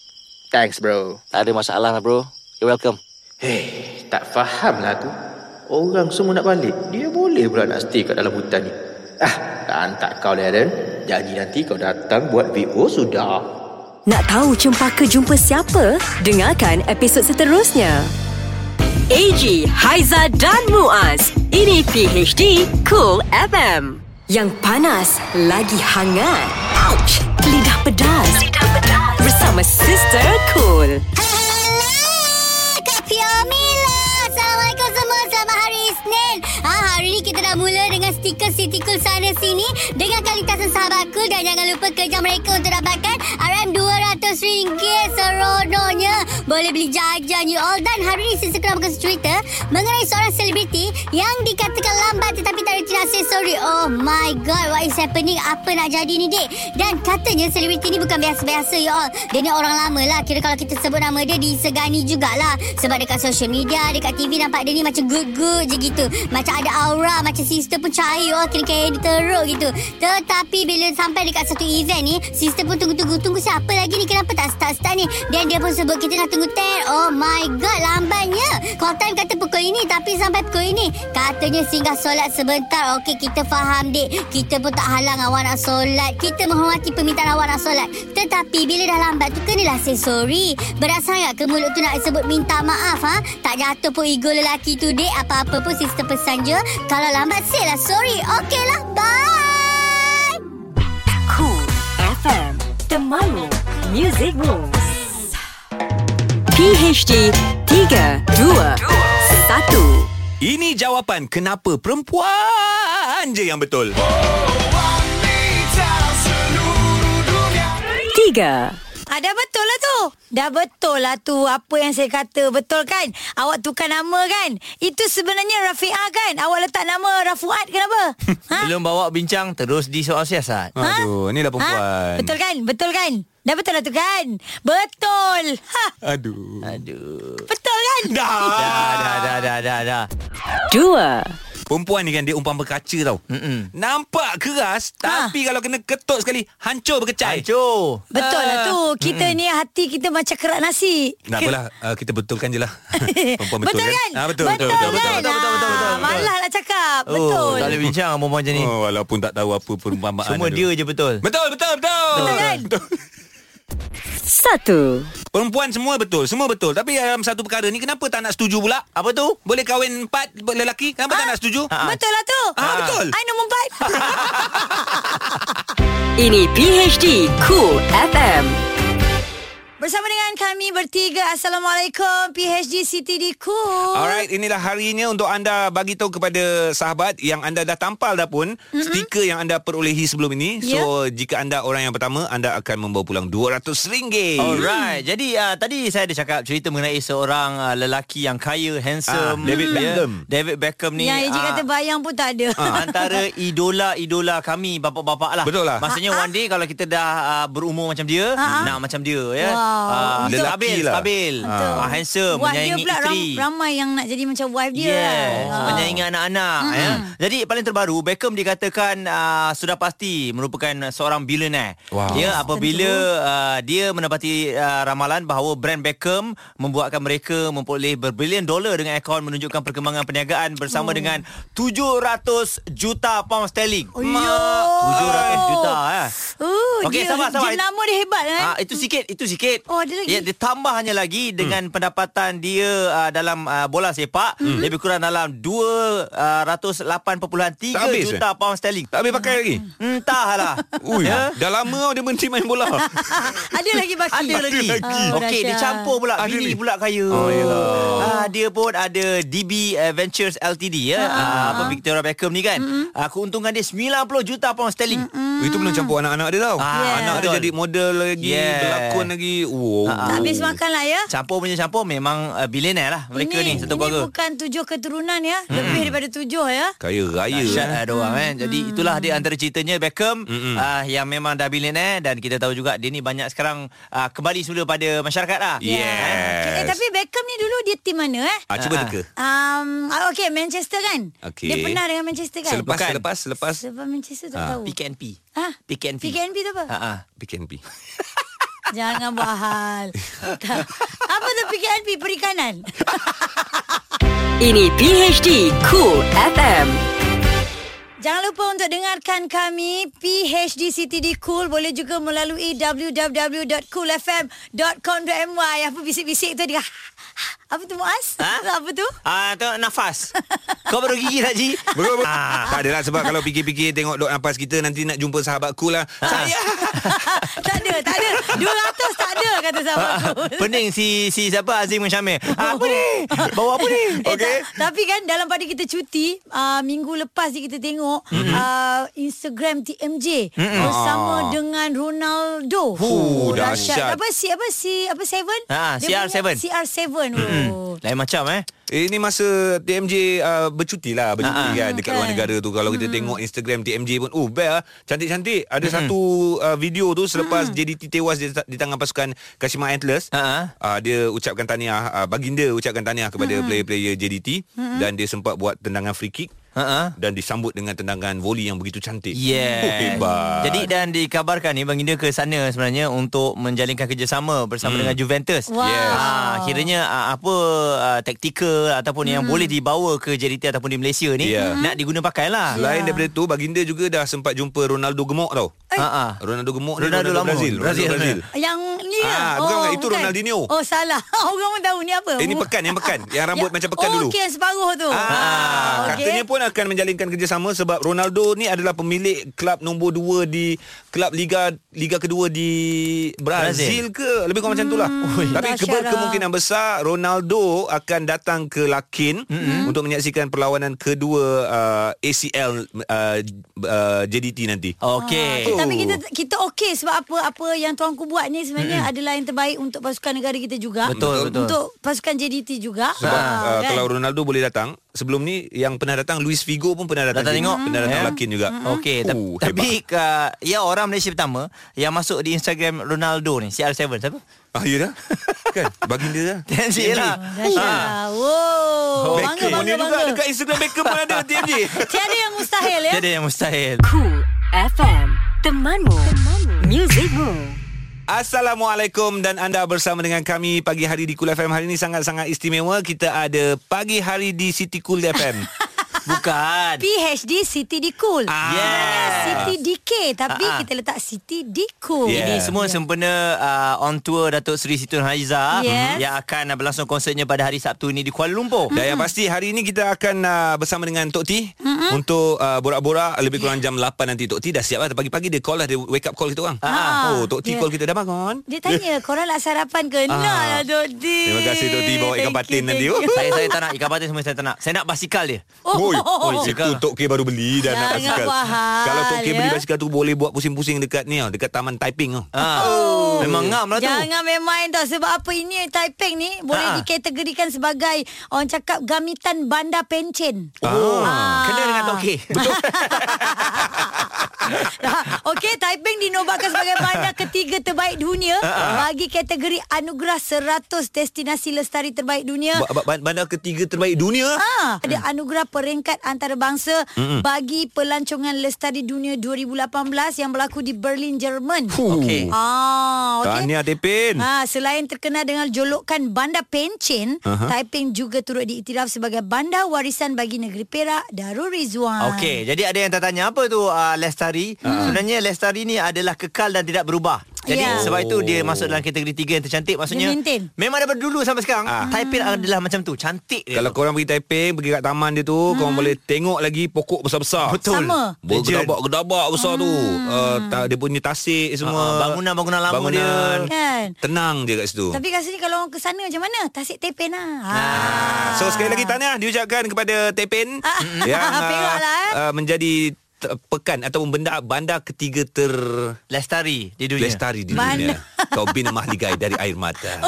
S10: thanks bro.
S9: Tak ada masalah lah bro. You're welcome.
S10: Hei, tak faham lah aku. Orang semua nak balik. Dia boleh pula nak stay kat dalam hutan ni. Ah, tak hantar kau lah Aaron. Janji nanti kau datang buat VO sudah.
S5: Nak tahu cempaka jumpa siapa? Dengarkan episod seterusnya. AG, Haiza dan Muaz. Ini PHD Cool FM. Yang panas, lagi hangat. Ouch! Lidah pedas. Lidah pedas. Bersama Sister Cool.
S11: Assalamualaikum semua Selamat hari Isnin ha, Hari ni kita dah mula dengan stiker-stiker sana sini Dengan kalitasan sahabat cool Dan jangan lupa kerja mereka untuk dapatkan RM200 seronoknya Boleh beli jajan you all Dan hari ni sisi kerana bukan cerita Mengenai seorang selebriti Yang dikatakan lambat tetapi tak ada tidak sorry Oh my god what is happening Apa nak jadi ni dek Dan katanya selebriti ni bukan biasa-biasa you all Dia ni orang lama lah Kira kalau kita sebut nama dia disegani jugalah Sebab dekat social media Dekat TV nampak dia ni macam good-good je gitu Macam ada aura Macam sister pun cahaya you all Kena-kena dia teruk gitu Tetapi bila sampai dekat satu event ni Sister pun tunggu-tunggu Tunggu siapa lagi ni Kenapa tak start-start ni Dan dia pun sebut kita nak tunggu 10 Oh my god lambatnya Call time kata pukul ini Tapi sampai pukul ini Katanya singgah solat sebentar Okey kita faham dek Kita pun tak halang awak nak solat Kita menghormati permintaan awak nak solat Tetapi bila dah lambat tu Kenalah say sorry Berat sangat ke mulut tu nak sebut minta maaf ha? Tak jatuh pun ego lelaki tu dek Apa-apa pun sister pesan je Kalau lambat say lah sorry Okey lah bye
S5: Cool FM. Temanmu. Music Moves. PHD 3, 2, 1.
S3: Ini jawapan kenapa perempuan je yang betul.
S5: 3.
S1: Ah, dah betul lah tu. Dah betul lah tu apa yang saya kata. Betul kan? Awak tukar nama kan? Itu sebenarnya Rafiah kan? Awak letak nama Rafuat kenapa? ha?
S2: Belum bawa bincang Terus di soal siasat
S3: Aduh, inilah perempuan.
S1: Ha? Betul kan? Betul kan? Dah betul lah tu kan? Betul. Ha,
S3: Aduh.
S2: Aduh
S1: betul kan?
S3: Dah.
S2: Dah dah dah dah dah, dah.
S5: 2.
S3: Perempuan ni kan dia umpama kaca tau.
S2: Mm-mm.
S3: Nampak keras
S1: Ha.
S3: tapi kalau kena ketuk sekali hancur berkecai.
S2: Hancur
S1: Betul lah tu.
S3: Ah.
S1: Kita
S3: Hmm.
S1: ni hati kita macam kerak nasi.
S3: Tak apalah, uh, kita betulkan je lah.
S1: betul,
S3: Perempuan betul,
S1: kan?
S3: Ah, betul, betul,
S1: betul,
S3: betul,
S1: kan?
S3: betul, betul, betul, betul, betul,
S1: Ah,
S3: betul.
S1: Malah nak cakap.
S2: Oh,
S1: betul.
S2: tak boleh bincang dengan perempuan macam ni.
S3: Oh, walaupun tak tahu apa perumpamaan.
S2: Ah. Semua
S3: aduh.
S2: dia je betul.
S3: Betul, betul, betul.
S1: Betul kan?
S3: Betul.
S5: 1.
S3: Perempuan semua betul, semua betul. Tapi dalam satu perkara ni kenapa tak nak setuju pula?
S2: Apa tu?
S3: Boleh kahwin empat lelaki, kenapa tak nak setuju?
S1: Betul lah tu.
S3: Ah, betul. Ah.
S1: I nombor empat.
S5: Ini PHD Cool FM.
S1: Bersama dengan kami bertiga. Assalamualaikum. PHD Siti di Cool.
S3: Alright, inilah harinya untuk anda bagi tahu kepada sahabat yang anda dah tampal dah pun mm-hmm. stiker yang anda perolehi sebelum ini. Yeah. So, jika anda orang yang pertama, anda akan membawa pulang RM200.
S2: Alright. Jadi uh, tadi saya ada cakap cerita mengenai seorang uh, lelaki yang kaya, handsome,
S3: Ah, David
S2: ya.
S3: Beckham.
S2: David Beckham ni.
S1: Yang Eji
S2: ah,
S1: kata bayang pun tak ada.
S2: ah, antara idola-idola kami bapak-bapak lah.
S3: Betul lah.
S2: Maksudnya one day kalau kita dah uh, berumur macam dia, nak macam dia ya.
S1: Ah,
S2: Ah,
S1: Wow.
S3: Lelaki
S2: stabil,
S3: lah.
S2: stabil.
S1: Betul.
S2: Ah, handsome,
S1: Wife dia
S2: menyayangi
S1: pula ram,
S2: isteri.
S1: ramai yang nak jadi macam wife dia.
S2: Yes,
S1: Ah.
S2: menyayangi anak-anak. Ya. Jadi paling terbaru Beckham dikatakan uh, sudah pasti merupakan seorang billionaire.
S3: Wow.
S2: Ya, apabila uh, dia menepati uh, ramalan bahawa brand Beckham membuatkan mereka memperoleh berbilion dolar dengan akaun menunjukkan perkembangan perniagaan bersama oh. dengan 700 juta pound sterling.
S1: Oh,
S2: Ma,
S1: yo.
S2: 700 juta eh.
S1: Oh,
S2: Okey,
S1: dia,
S2: sabar, sabar.
S1: Dia nama dia hebat kan?
S2: Ah itu sikit, itu sikit.
S1: Oh, ada lagi?
S2: Ya, ditambahnya lagi dengan pendapatan dia uh, dalam uh, bola sepak hmm. lebih kurang dalam 208.3
S3: Tak habis,
S2: juta eh? pound sterling.
S3: Tak habis pakai lagi.
S2: Entahlah.
S3: Ui,
S2: Ya.
S3: dah lama tau dia berhenti main bola.
S1: ada lagi baki.
S2: Ada lagi.
S1: lagi. Oh,
S2: Okey,
S1: dahsyat.
S2: dia campur pula.
S3: Ada
S2: Bini
S3: ni.
S2: pula kaya.
S3: Oh, yelah.
S2: Ah, dia pun ada DB uh, Ah, Ventures LTD ya. Ah, apa Victoria Beckham ni kan. Mm-hmm. Ah, keuntungan dia 90 juta pound sterling. Mm-hmm.
S3: Itu belum campur anak-anak dia tau.
S2: Ah,
S3: Anak dia
S2: betul.
S3: jadi model lagi,
S2: Yeah.
S3: berlakon lagi. Wow.
S1: Tak habis makan lah ya
S2: Campur punya campur memang uh, bilioner lah mereka ni
S1: ini,
S2: satu
S1: ini
S2: keluarga.
S1: bukan tujuh keturunan ya Lebih daripada tujuh ya
S3: Kaya raya.
S2: Dahsyat lah dia orang
S1: Hmm,
S2: kan Jadi itulah dia antara ceritanya Beckham uh, Yang memang dah bilioner Dan kita tahu juga Dia ni banyak sekarang uh, Kembali semula pada masyarakat lah
S1: Eh,
S3: Yes.
S1: tapi Beckham ni dulu dia tim mana eh?
S3: Ah, cuba teka.
S1: Um, ah, okay, Manchester kan?
S3: Okey.
S1: Dia pernah dengan Manchester kan?
S3: Selepas,
S2: Bukan.
S3: selepas, selepas.
S1: Sebab Manchester tak
S2: Ah.
S1: tahu.
S2: PKNP
S1: Ha?
S2: PKNP
S1: PKNP tu apa?
S3: Ah,
S2: Ha, ha.
S3: PKNP.
S1: Jangan buat hal. Tak. apa tu PKNP? Perikanan?
S5: Ini PHD Cool FM.
S1: Jangan lupa untuk dengarkan kami PHD City di Cool Boleh juga melalui www.coolfm.com.my Apa bisik-bisik tu dia Apa tu Muaz?
S2: Ha?
S1: Apa tu?
S2: Ah, tu nafas. Kau baru gigi tak, Ji?
S3: Betul, betul. Ah, Tak adalah sebab kalau fikir-fikir tengok dok nafas kita nanti nak jumpa sahabatku lah. Saya
S1: tak ada, tak ada 200 tak ada kata sahabat aku
S2: Ah, Pening si si siapa Azim dengan Syamil. Ah, apa ni? Bawa apa ni?
S1: Eh, tak, tapi kan dalam pada kita cuti uh, Minggu lepas ni kita tengok mm-hmm. uh, Instagram TMJ mm-hmm. Bersama
S3: Ah.
S1: dengan Ronaldo
S3: Huh,
S1: Oh,
S3: dahsyat.
S1: Apa si Apa si Apa Seven
S2: Ah,
S1: Dia
S2: CR7.
S1: punya CR7 mm-hmm. oh.
S2: Hmm. Lain macam eh.
S3: Eh, ini masa TMJ uh, bercuti lah Bercuti
S2: Ha-ha.
S3: kan Dekat luar
S1: Kan.
S3: negara tu Kalau kita tengok Instagram TMJ pun Oh best lah Cantik-cantik Ada satu uh, video tu Selepas JDT tewas di, di tangan pasukan Kashima Antlers
S2: Ha-ha.
S3: uh, Dia ucapkan tahniah uh, Baginda ucapkan tahniah Kepada player-player JDT Dan dia sempat buat tendangan free kick
S2: Ha-ha.
S3: Dan disambut dengan tendangan volley Yang begitu cantik
S2: Yeah.
S3: oh, Hebat
S2: Jadi dan dikabarkan ni Baginda ke sana sebenarnya untuk menjalinkan kerjasama bersama
S3: Hmm.
S2: dengan Juventus.
S1: Wow. Yes.
S2: Ah, kiranya ah, apa ah, taktikal ataupun
S1: Hmm.
S2: yang boleh dibawa ke JDT ataupun di Malaysia ni
S3: Yeah.
S2: nak diguna pakai lah.
S1: Ya.
S3: Selain daripada tu Baginda juga dah sempat jumpa Ronaldo gemuk tau
S1: Eh.
S2: Ha ah.
S3: Ronaldo gemuk ni
S2: Ronaldo lama.
S3: Ronaldo, Brazil
S2: Brazil. eh.
S3: Ronaldo Brazil
S1: Yang ni
S3: Ah,
S1: lah
S3: bukan, bukan. Itu Ronaldinho.
S1: Oh salah Orang pun tahu ni apa
S3: Eh, ni
S1: Mu-
S3: pekan, yang pekan. Yang rambut
S1: Ya.
S3: macam pekan
S1: oh,
S3: dulu.
S1: Okey separuh tu
S3: Ah,
S1: okey.
S3: katanya pun akan menjalinkan kerjasama sebab Ronaldo ni adalah pemilik klub nombor 2 di klub liga liga kedua di Brazil, ke lebih kurang macam itulah. Tapi
S1: dahsyat
S3: keber-
S1: lah.
S3: kemungkinan besar Ronaldo akan datang ke Lakin
S1: Hmm.
S3: untuk menyaksikan perlawanan kedua uh, ACL uh, uh, JDT nanti.
S2: Okey.
S1: Eh, tapi kita kita okey sebab apa apa yang tuanku buat ni sebenarnya mm-hmm. adalah yang terbaik untuk pasukan negara kita juga.
S2: Betul, betul.
S1: Untuk pasukan JDT juga. Ah,
S3: Sebab uh,
S1: Kan?
S3: kalau Ronaldo boleh datang, sebelum ni yang pernah datang Luis Figo pun pernah datang.
S2: Datang
S3: juga.
S2: tengok.
S3: pernah datang
S2: Ya.
S3: Lakin juga.
S1: Hmm.
S2: Okey, ta-
S3: Oh,
S2: tapi
S3: hebat.
S2: uh, ya orang Malaysia pertama yang masuk di Instagram Ronaldo ni, CR7 siapa?
S3: Ah, ya dah. kan? Baginda dah.
S2: TNC lah.
S3: Ah.
S1: Dahsyatlah. Wow. Bangga
S3: Beckham
S1: bangga
S3: ni juga
S1: bangga.
S3: dekat Instagram Beckham pun ada TMJ.
S1: Tiada yang mustahil ya.
S2: Dia ada yang mustahil.
S5: Cool FM. Temanmu. Temanmu. Musicmu.
S3: Assalamualaikum dan anda bersama dengan kami pagi hari di Kul FM. Hari ini sangat-sangat istimewa. Kita ada pagi hari di City Kul FM.
S1: Ah,
S2: Bukan.
S1: PhD Siti di Cool.
S2: Ah.
S1: Sebenarnya
S2: Yes.
S1: Siti DK tapi
S2: Ah, ah.
S1: kita letak Siti di Cool.
S3: Yeah.
S2: Ini semua sempena uh, on tour Datuk Seri Situn Haliza
S1: Yes.
S2: yang akan uh, berlangsung konsertnya pada hari Sabtu ini di Kuala Lumpur.
S3: Dan yang pasti hari ini kita akan uh, bersama dengan Tok T mm-hmm. untuk uh, borak-borak lebih kurang jam 8 nanti. Tok T dah siap lah. Pagi-pagi dia call lah. Dia wake up call kita orang.
S1: Ah.
S3: Oh, Tok T
S1: Dia-
S3: call kita dah bangun.
S1: Dia tanya korang nak sarapan ke? Nak
S4: Ah.
S1: lah Dok D.
S3: Terima kasih Tok T bawa ikan
S1: Thank you,
S3: patin
S1: thank
S3: nanti.
S1: you.
S3: Oh.
S2: saya saya tak nak ikan patin semua saya tak nak. Saya nak basikal dia.
S3: Oi,
S1: Oh.
S3: oi, itu Tok K baru beli dan nak
S1: Jangan
S3: basikal.
S1: buat hal,
S3: Kalau Tok K beli
S1: ya.
S3: basikal tu boleh buat pusing-pusing dekat ni tau, dekat Taman Taiping tau.
S2: Ah. Oh. Memang ngam lah tu.
S1: Jangan main-main tau Sebab apa ini Taiping ni Boleh
S2: Ha.
S1: dikategorikan sebagai Orang cakap Gamitan bandar pencen
S2: Oh.
S1: Ah.
S2: Kena dengan Toki.
S1: Ha, Okey Taiping dinobatkan sebagai bandar ketiga terbaik dunia Bagi kategori anugerah 100 destinasi lestari terbaik dunia
S3: Ba- ba- ba- Bandar ketiga terbaik dunia.
S1: Ha, ada anugerah peringkat antarabangsa bagi pelancongan lestari dunia 2018 yang berlaku di Berlin, Jerman.
S2: Okey.
S1: Ah, okey.
S3: Tahniah Tepin.
S1: Ha, selain terkenal dengan jolokan Bandar Pencin, uh-huh. Taiping juga turut diiktiraf sebagai bandar warisan bagi negeri Perak, Darul Rizwan.
S2: Okey, jadi ada yang tertanya apa tu uh, Lestari?
S3: Ah.
S2: Sebenarnya Lestari ni adalah kekal dan tidak berubah. Jadi
S1: Ya.
S2: yeah. sebab itu
S3: Oh.
S2: dia masuk dalam kategori tiga yang tercantik maksudnya.
S1: Dia maintain.
S2: Memang daripada dulu sampai sekarang, ah. Taipei adalah macam tu, cantik dia.
S3: Kalau korang pergi Taipei Pergi kat taman dia tu hmm. Korang boleh tengok lagi Pokok besar-besar
S2: Betul.
S1: Sama.
S3: Gedabak-gedabak besar hmm. tu uh, ta, Dia punya tasik semua
S2: Ah, ah, bangunan-bangunan lama
S3: Bangunan.
S2: dia.
S1: Kan?
S3: Tenang je kat situ
S1: Tapi rasanya kalau orang ke sana macam mana? Tasik Taiping lah. Ha.
S3: Ah. So sekali lagi tahniah diucapkan kepada Tepin
S1: Ah.
S3: yang
S1: Perak lah, eh.
S3: uh, menjadi t- pekan ataupun benda bandar ketiga ter
S2: Lestari di dunia.
S3: lestari di
S1: Bandar.
S3: dunia. Kau bina mahligai dari air mata.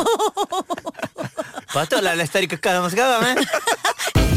S2: Patutlah lestari kekal sama sekarang eh.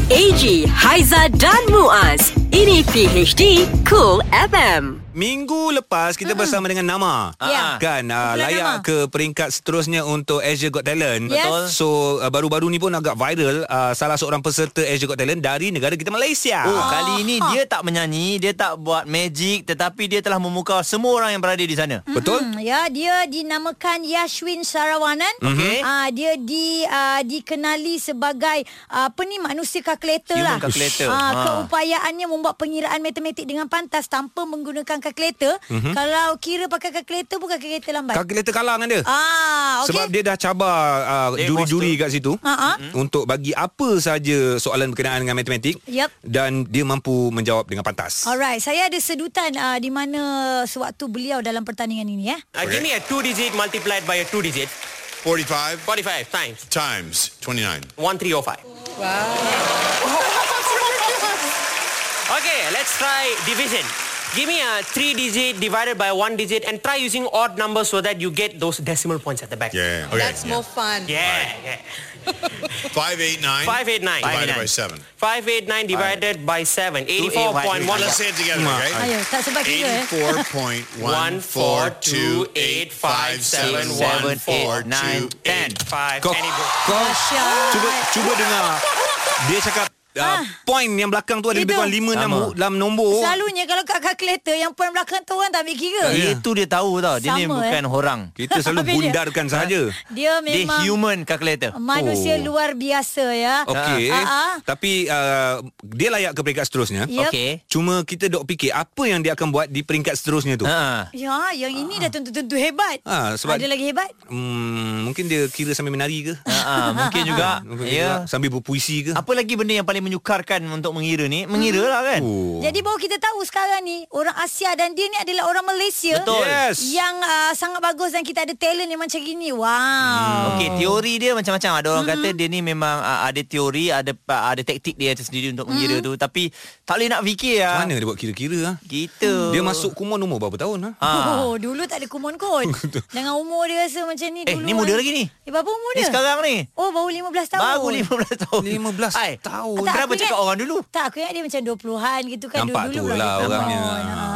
S5: AG, Haiza dan Muaz. Ini PHD Cool FM.
S3: Minggu lepas kita bersama dengan Nama.
S1: Ya.
S3: Kan uh,
S1: Kumpulan
S3: layak
S1: Nama.
S3: ke peringkat seterusnya untuk Asia Got Talent.
S1: Yes. Betul.
S3: So uh, baru-baru ni pun agak viral uh, salah seorang peserta Asia Got Talent dari negara kita Malaysia. Ah,
S2: Oh,
S1: kan?
S2: kali ini dia tak menyanyi, dia tak buat magic tetapi dia telah memukau semua orang yang berada di sana.
S3: Betul?
S1: Hmm, ya, dia dinamakan Yashwin Sarawanan.
S2: Okey.
S1: Ah, dia di ah, dikenali sebagai ah, apa ni manusia kalkulator
S2: Human
S1: lah.
S2: calculator.
S1: Ah,
S2: Ha.
S1: Keupayaannya membuat pengiraan matematik dengan pantas tanpa menggunakan kalkulator. Kalau kira pakai kalkulator bukan kalkulator lambat.
S3: Kalkulator kalah dengan dia.
S1: ah, okey. Ah,
S3: Sebab dia dah cabar uh,
S2: Dia
S3: juri-juri
S2: imposter.
S3: kat situ
S1: Ha-ha.
S3: Mm-mm. untuk bagi apa saja soalan berkenaan dengan matematik
S1: Yep.
S3: dan dia mampu menjawab dengan pantas.
S1: Alright, saya ada sedutan uh, di mana sewaktu beliau dalam pertandingan ini eh.
S2: Uh, give me a two digit multiplied by a two digit.
S12: 45
S2: 45 times
S12: times 29.
S2: 1305. Okay, let's try division. Give me a three digit divided by one digit and try using odd numbers so that you get those decimal points at the back.
S12: Yeah. Okay. That's more
S2: Yeah, yeah.
S12: 589.
S2: 589.
S12: Divided by 7.
S2: 589 divided by 7.
S12: Well,
S2: 84.1.
S12: let's say it together, okay?
S1: Ayo, tak sebab kira eh.
S12: 84.14285714285.
S3: Kau, kau cuba cuba dengar. Dia cakap uh, point yang belakang tu ada lebih
S1: Ah. Itu.
S3: kurang
S2: Sama.
S3: 5 6 dalam nombor.
S1: Selalunya kalau kat kalkulator yang poin belakang tu orang tak ambil kira.
S2: Itu dia tahu tau. Dia ni
S1: Sama,
S2: bukan
S1: eh.
S2: orang.
S3: Ya. Kita selalu
S1: Habis dia. Ha.
S3: bundarkan saja.
S1: Dia
S2: Dia
S1: memang
S2: human calculator.
S1: manusia
S3: Oh.
S1: luar biasa ya.
S3: Okey.
S1: Ah, ah.
S3: Tapi uh, dia layak ke peringkat seterusnya.
S1: Yep.
S2: Okey.
S3: Cuma kita dok fikir apa yang dia akan buat di peringkat seterusnya tu.
S2: Ha.
S1: Ya, yang ini dah tentu-tentu hebat.
S3: Ah, sebab-
S1: Ada lagi hebat?
S3: Hmm, mungkin dia kira sambil menari ke?
S2: Ha, ha, mungkin juga.
S3: Mungkin
S2: ya.
S3: juga sambil berpuisi ke?
S2: Apa lagi benda yang paling menyukarkan untuk mengira ni? Mengira
S1: Hmm.
S2: lah kan?
S3: Oh.
S1: Jadi baru kita tahu sekarang ni orang Asia dan dia ni adalah orang Malaysia.
S2: Betul.
S3: Yes.
S1: Yang uh, sangat bagus dan kita ada talent yang macam gini. Wow.
S2: Okey, teori dia macam-macam. Ada orang
S1: Hmm.
S2: mm-hmm. kata dia ni memang uh, ada teori, ada uh, ada taktik dia sendiri untuk
S1: Hmm.
S2: mengira mm-hmm. tu. Tapi tak boleh nak fikir lah.
S3: Mana dia buat kira-kira ah?
S2: Gitu.
S1: Hmm.
S3: Dia masuk kumon umur berapa tahun ah?
S2: Ha.
S1: Oh, dulu tak ada kumon kot. Dengan umur dia rasa macam ni
S2: Eh,
S1: dulu.
S2: ni muda
S1: kan.
S2: lagi ni.
S1: Eh, berapa umur
S2: Ni
S1: dia?
S2: sekarang ni.
S1: Oh, baru 15 tahun.
S2: Baru 15 tahun.
S3: 15
S2: Hai,
S3: tahun.
S1: Tak,
S2: Kenapa
S1: aku
S2: cakap
S1: ingat-
S2: orang dulu?
S1: Tak, aku ingat dia macam 20-an gitu kan.
S3: Nampak
S1: dulu
S3: tu lah orangnya.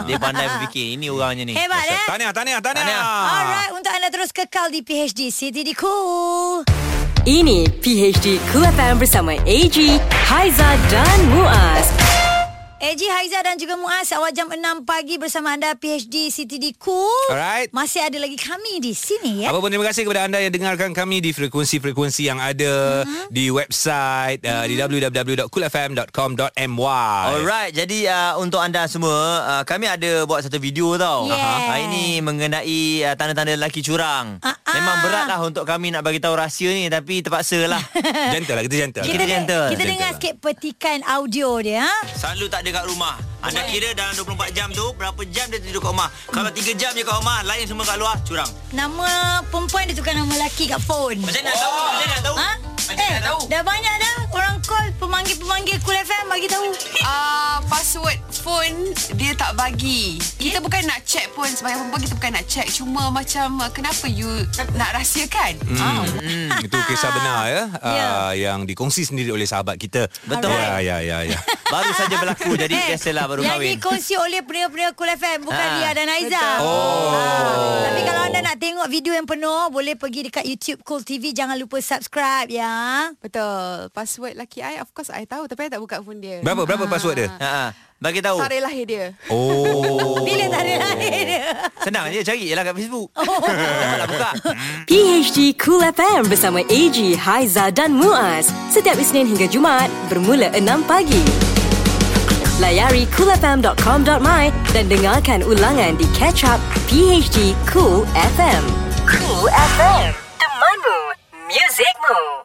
S2: Dia pandai berfikir. Ini orangnya ni.
S1: Hebat eh?
S3: Tahniah, tahniah, tahniah.
S2: Tahniah.
S1: Alright, untuk anda terus kekal di PHD City di Cool.
S5: Ini PHD Cool FM bersama AG, Haiza dan Muaz.
S1: Eji Haiza dan juga Muaz awal jam 6 pagi bersama anda PHD CTD Cool.
S3: Alright.
S1: Masih ada lagi kami di sini ya.
S3: Apa pun terima kasih kepada anda yang dengarkan kami di frekuensi-frekuensi yang ada
S2: Mm-hmm.
S3: di website uh, di www.coolfm.com.my.
S2: Alright, jadi uh, untuk anda semua, uh, kami ada buat satu video tau.
S1: Yes.
S2: Aha. Hari ni mengenai uh, tanda-tanda lelaki curang.
S1: Ah, ah.
S2: Memang berat lah untuk kami nak bagi tahu rahsia ni tapi terpaksa lah.
S3: Gentle lah, kita gentle.
S2: Kita
S1: de-
S2: gentle.
S1: kita dengar
S3: Gentle.
S1: sikit petikan audio dia. Ha?
S2: Selalu tak ada kat rumah. Anda kira dalam 24 jam tu berapa jam dia tidur kat rumah? Kalau 3 jam je kat rumah, lain semua kat luar curang.
S1: Nama perempuan dia tukar nama lelaki kat phone.
S2: Macam mana nak tahu? Macam mana nak tahu?
S1: Ha?
S2: Macam
S1: Eh,
S2: mana nak tahu?
S1: dah banyak dah orang call pemanggil-pemanggil Cool FM bagi tahu.
S13: uh, password phone dia tak bagi. Kita bukan nak check pun sebagai perempuan kita bukan nak check cuma macam uh, kenapa you nak rahsiakan? Hmm. Ah.
S3: Hmm, itu kisah benar ya uh,
S1: Ya.
S3: yang dikongsi sendiri oleh sahabat kita.
S2: Betul.
S3: Ya ya ya ya.
S2: Baru saja berlaku jadi
S1: Eh,
S2: biasalah baru
S1: yang
S2: kahwin.
S1: dikongsi oleh pria-pria Cool FM Bukan
S2: Ah,
S1: Ria dan Aiza
S3: Oh.
S1: Ah, Tapi kalau anda nak tengok video yang penuh Boleh pergi dekat YouTube Cool TV Jangan lupa subscribe ya
S13: Betul. Password laki I of course I tahu tapi I tak buka phone dia.
S3: Berapa berapa password dia?
S2: Ha. ha. Bagi tahu.
S13: Tarikh lahir dia.
S3: Oh.
S1: Bila tak ada lahir dia
S2: Senang je cari je lah kat Facebook. Oh. Nak buka.
S5: PHD Cool FM bersama AG, Haiza dan Muaz. Setiap Isnin hingga Jumaat bermula 6 pagi. Layari coolfm.com.my dan dengarkan ulangan di Catch Up PHD Cool FM. Cool FM, temanmu, muzikmu.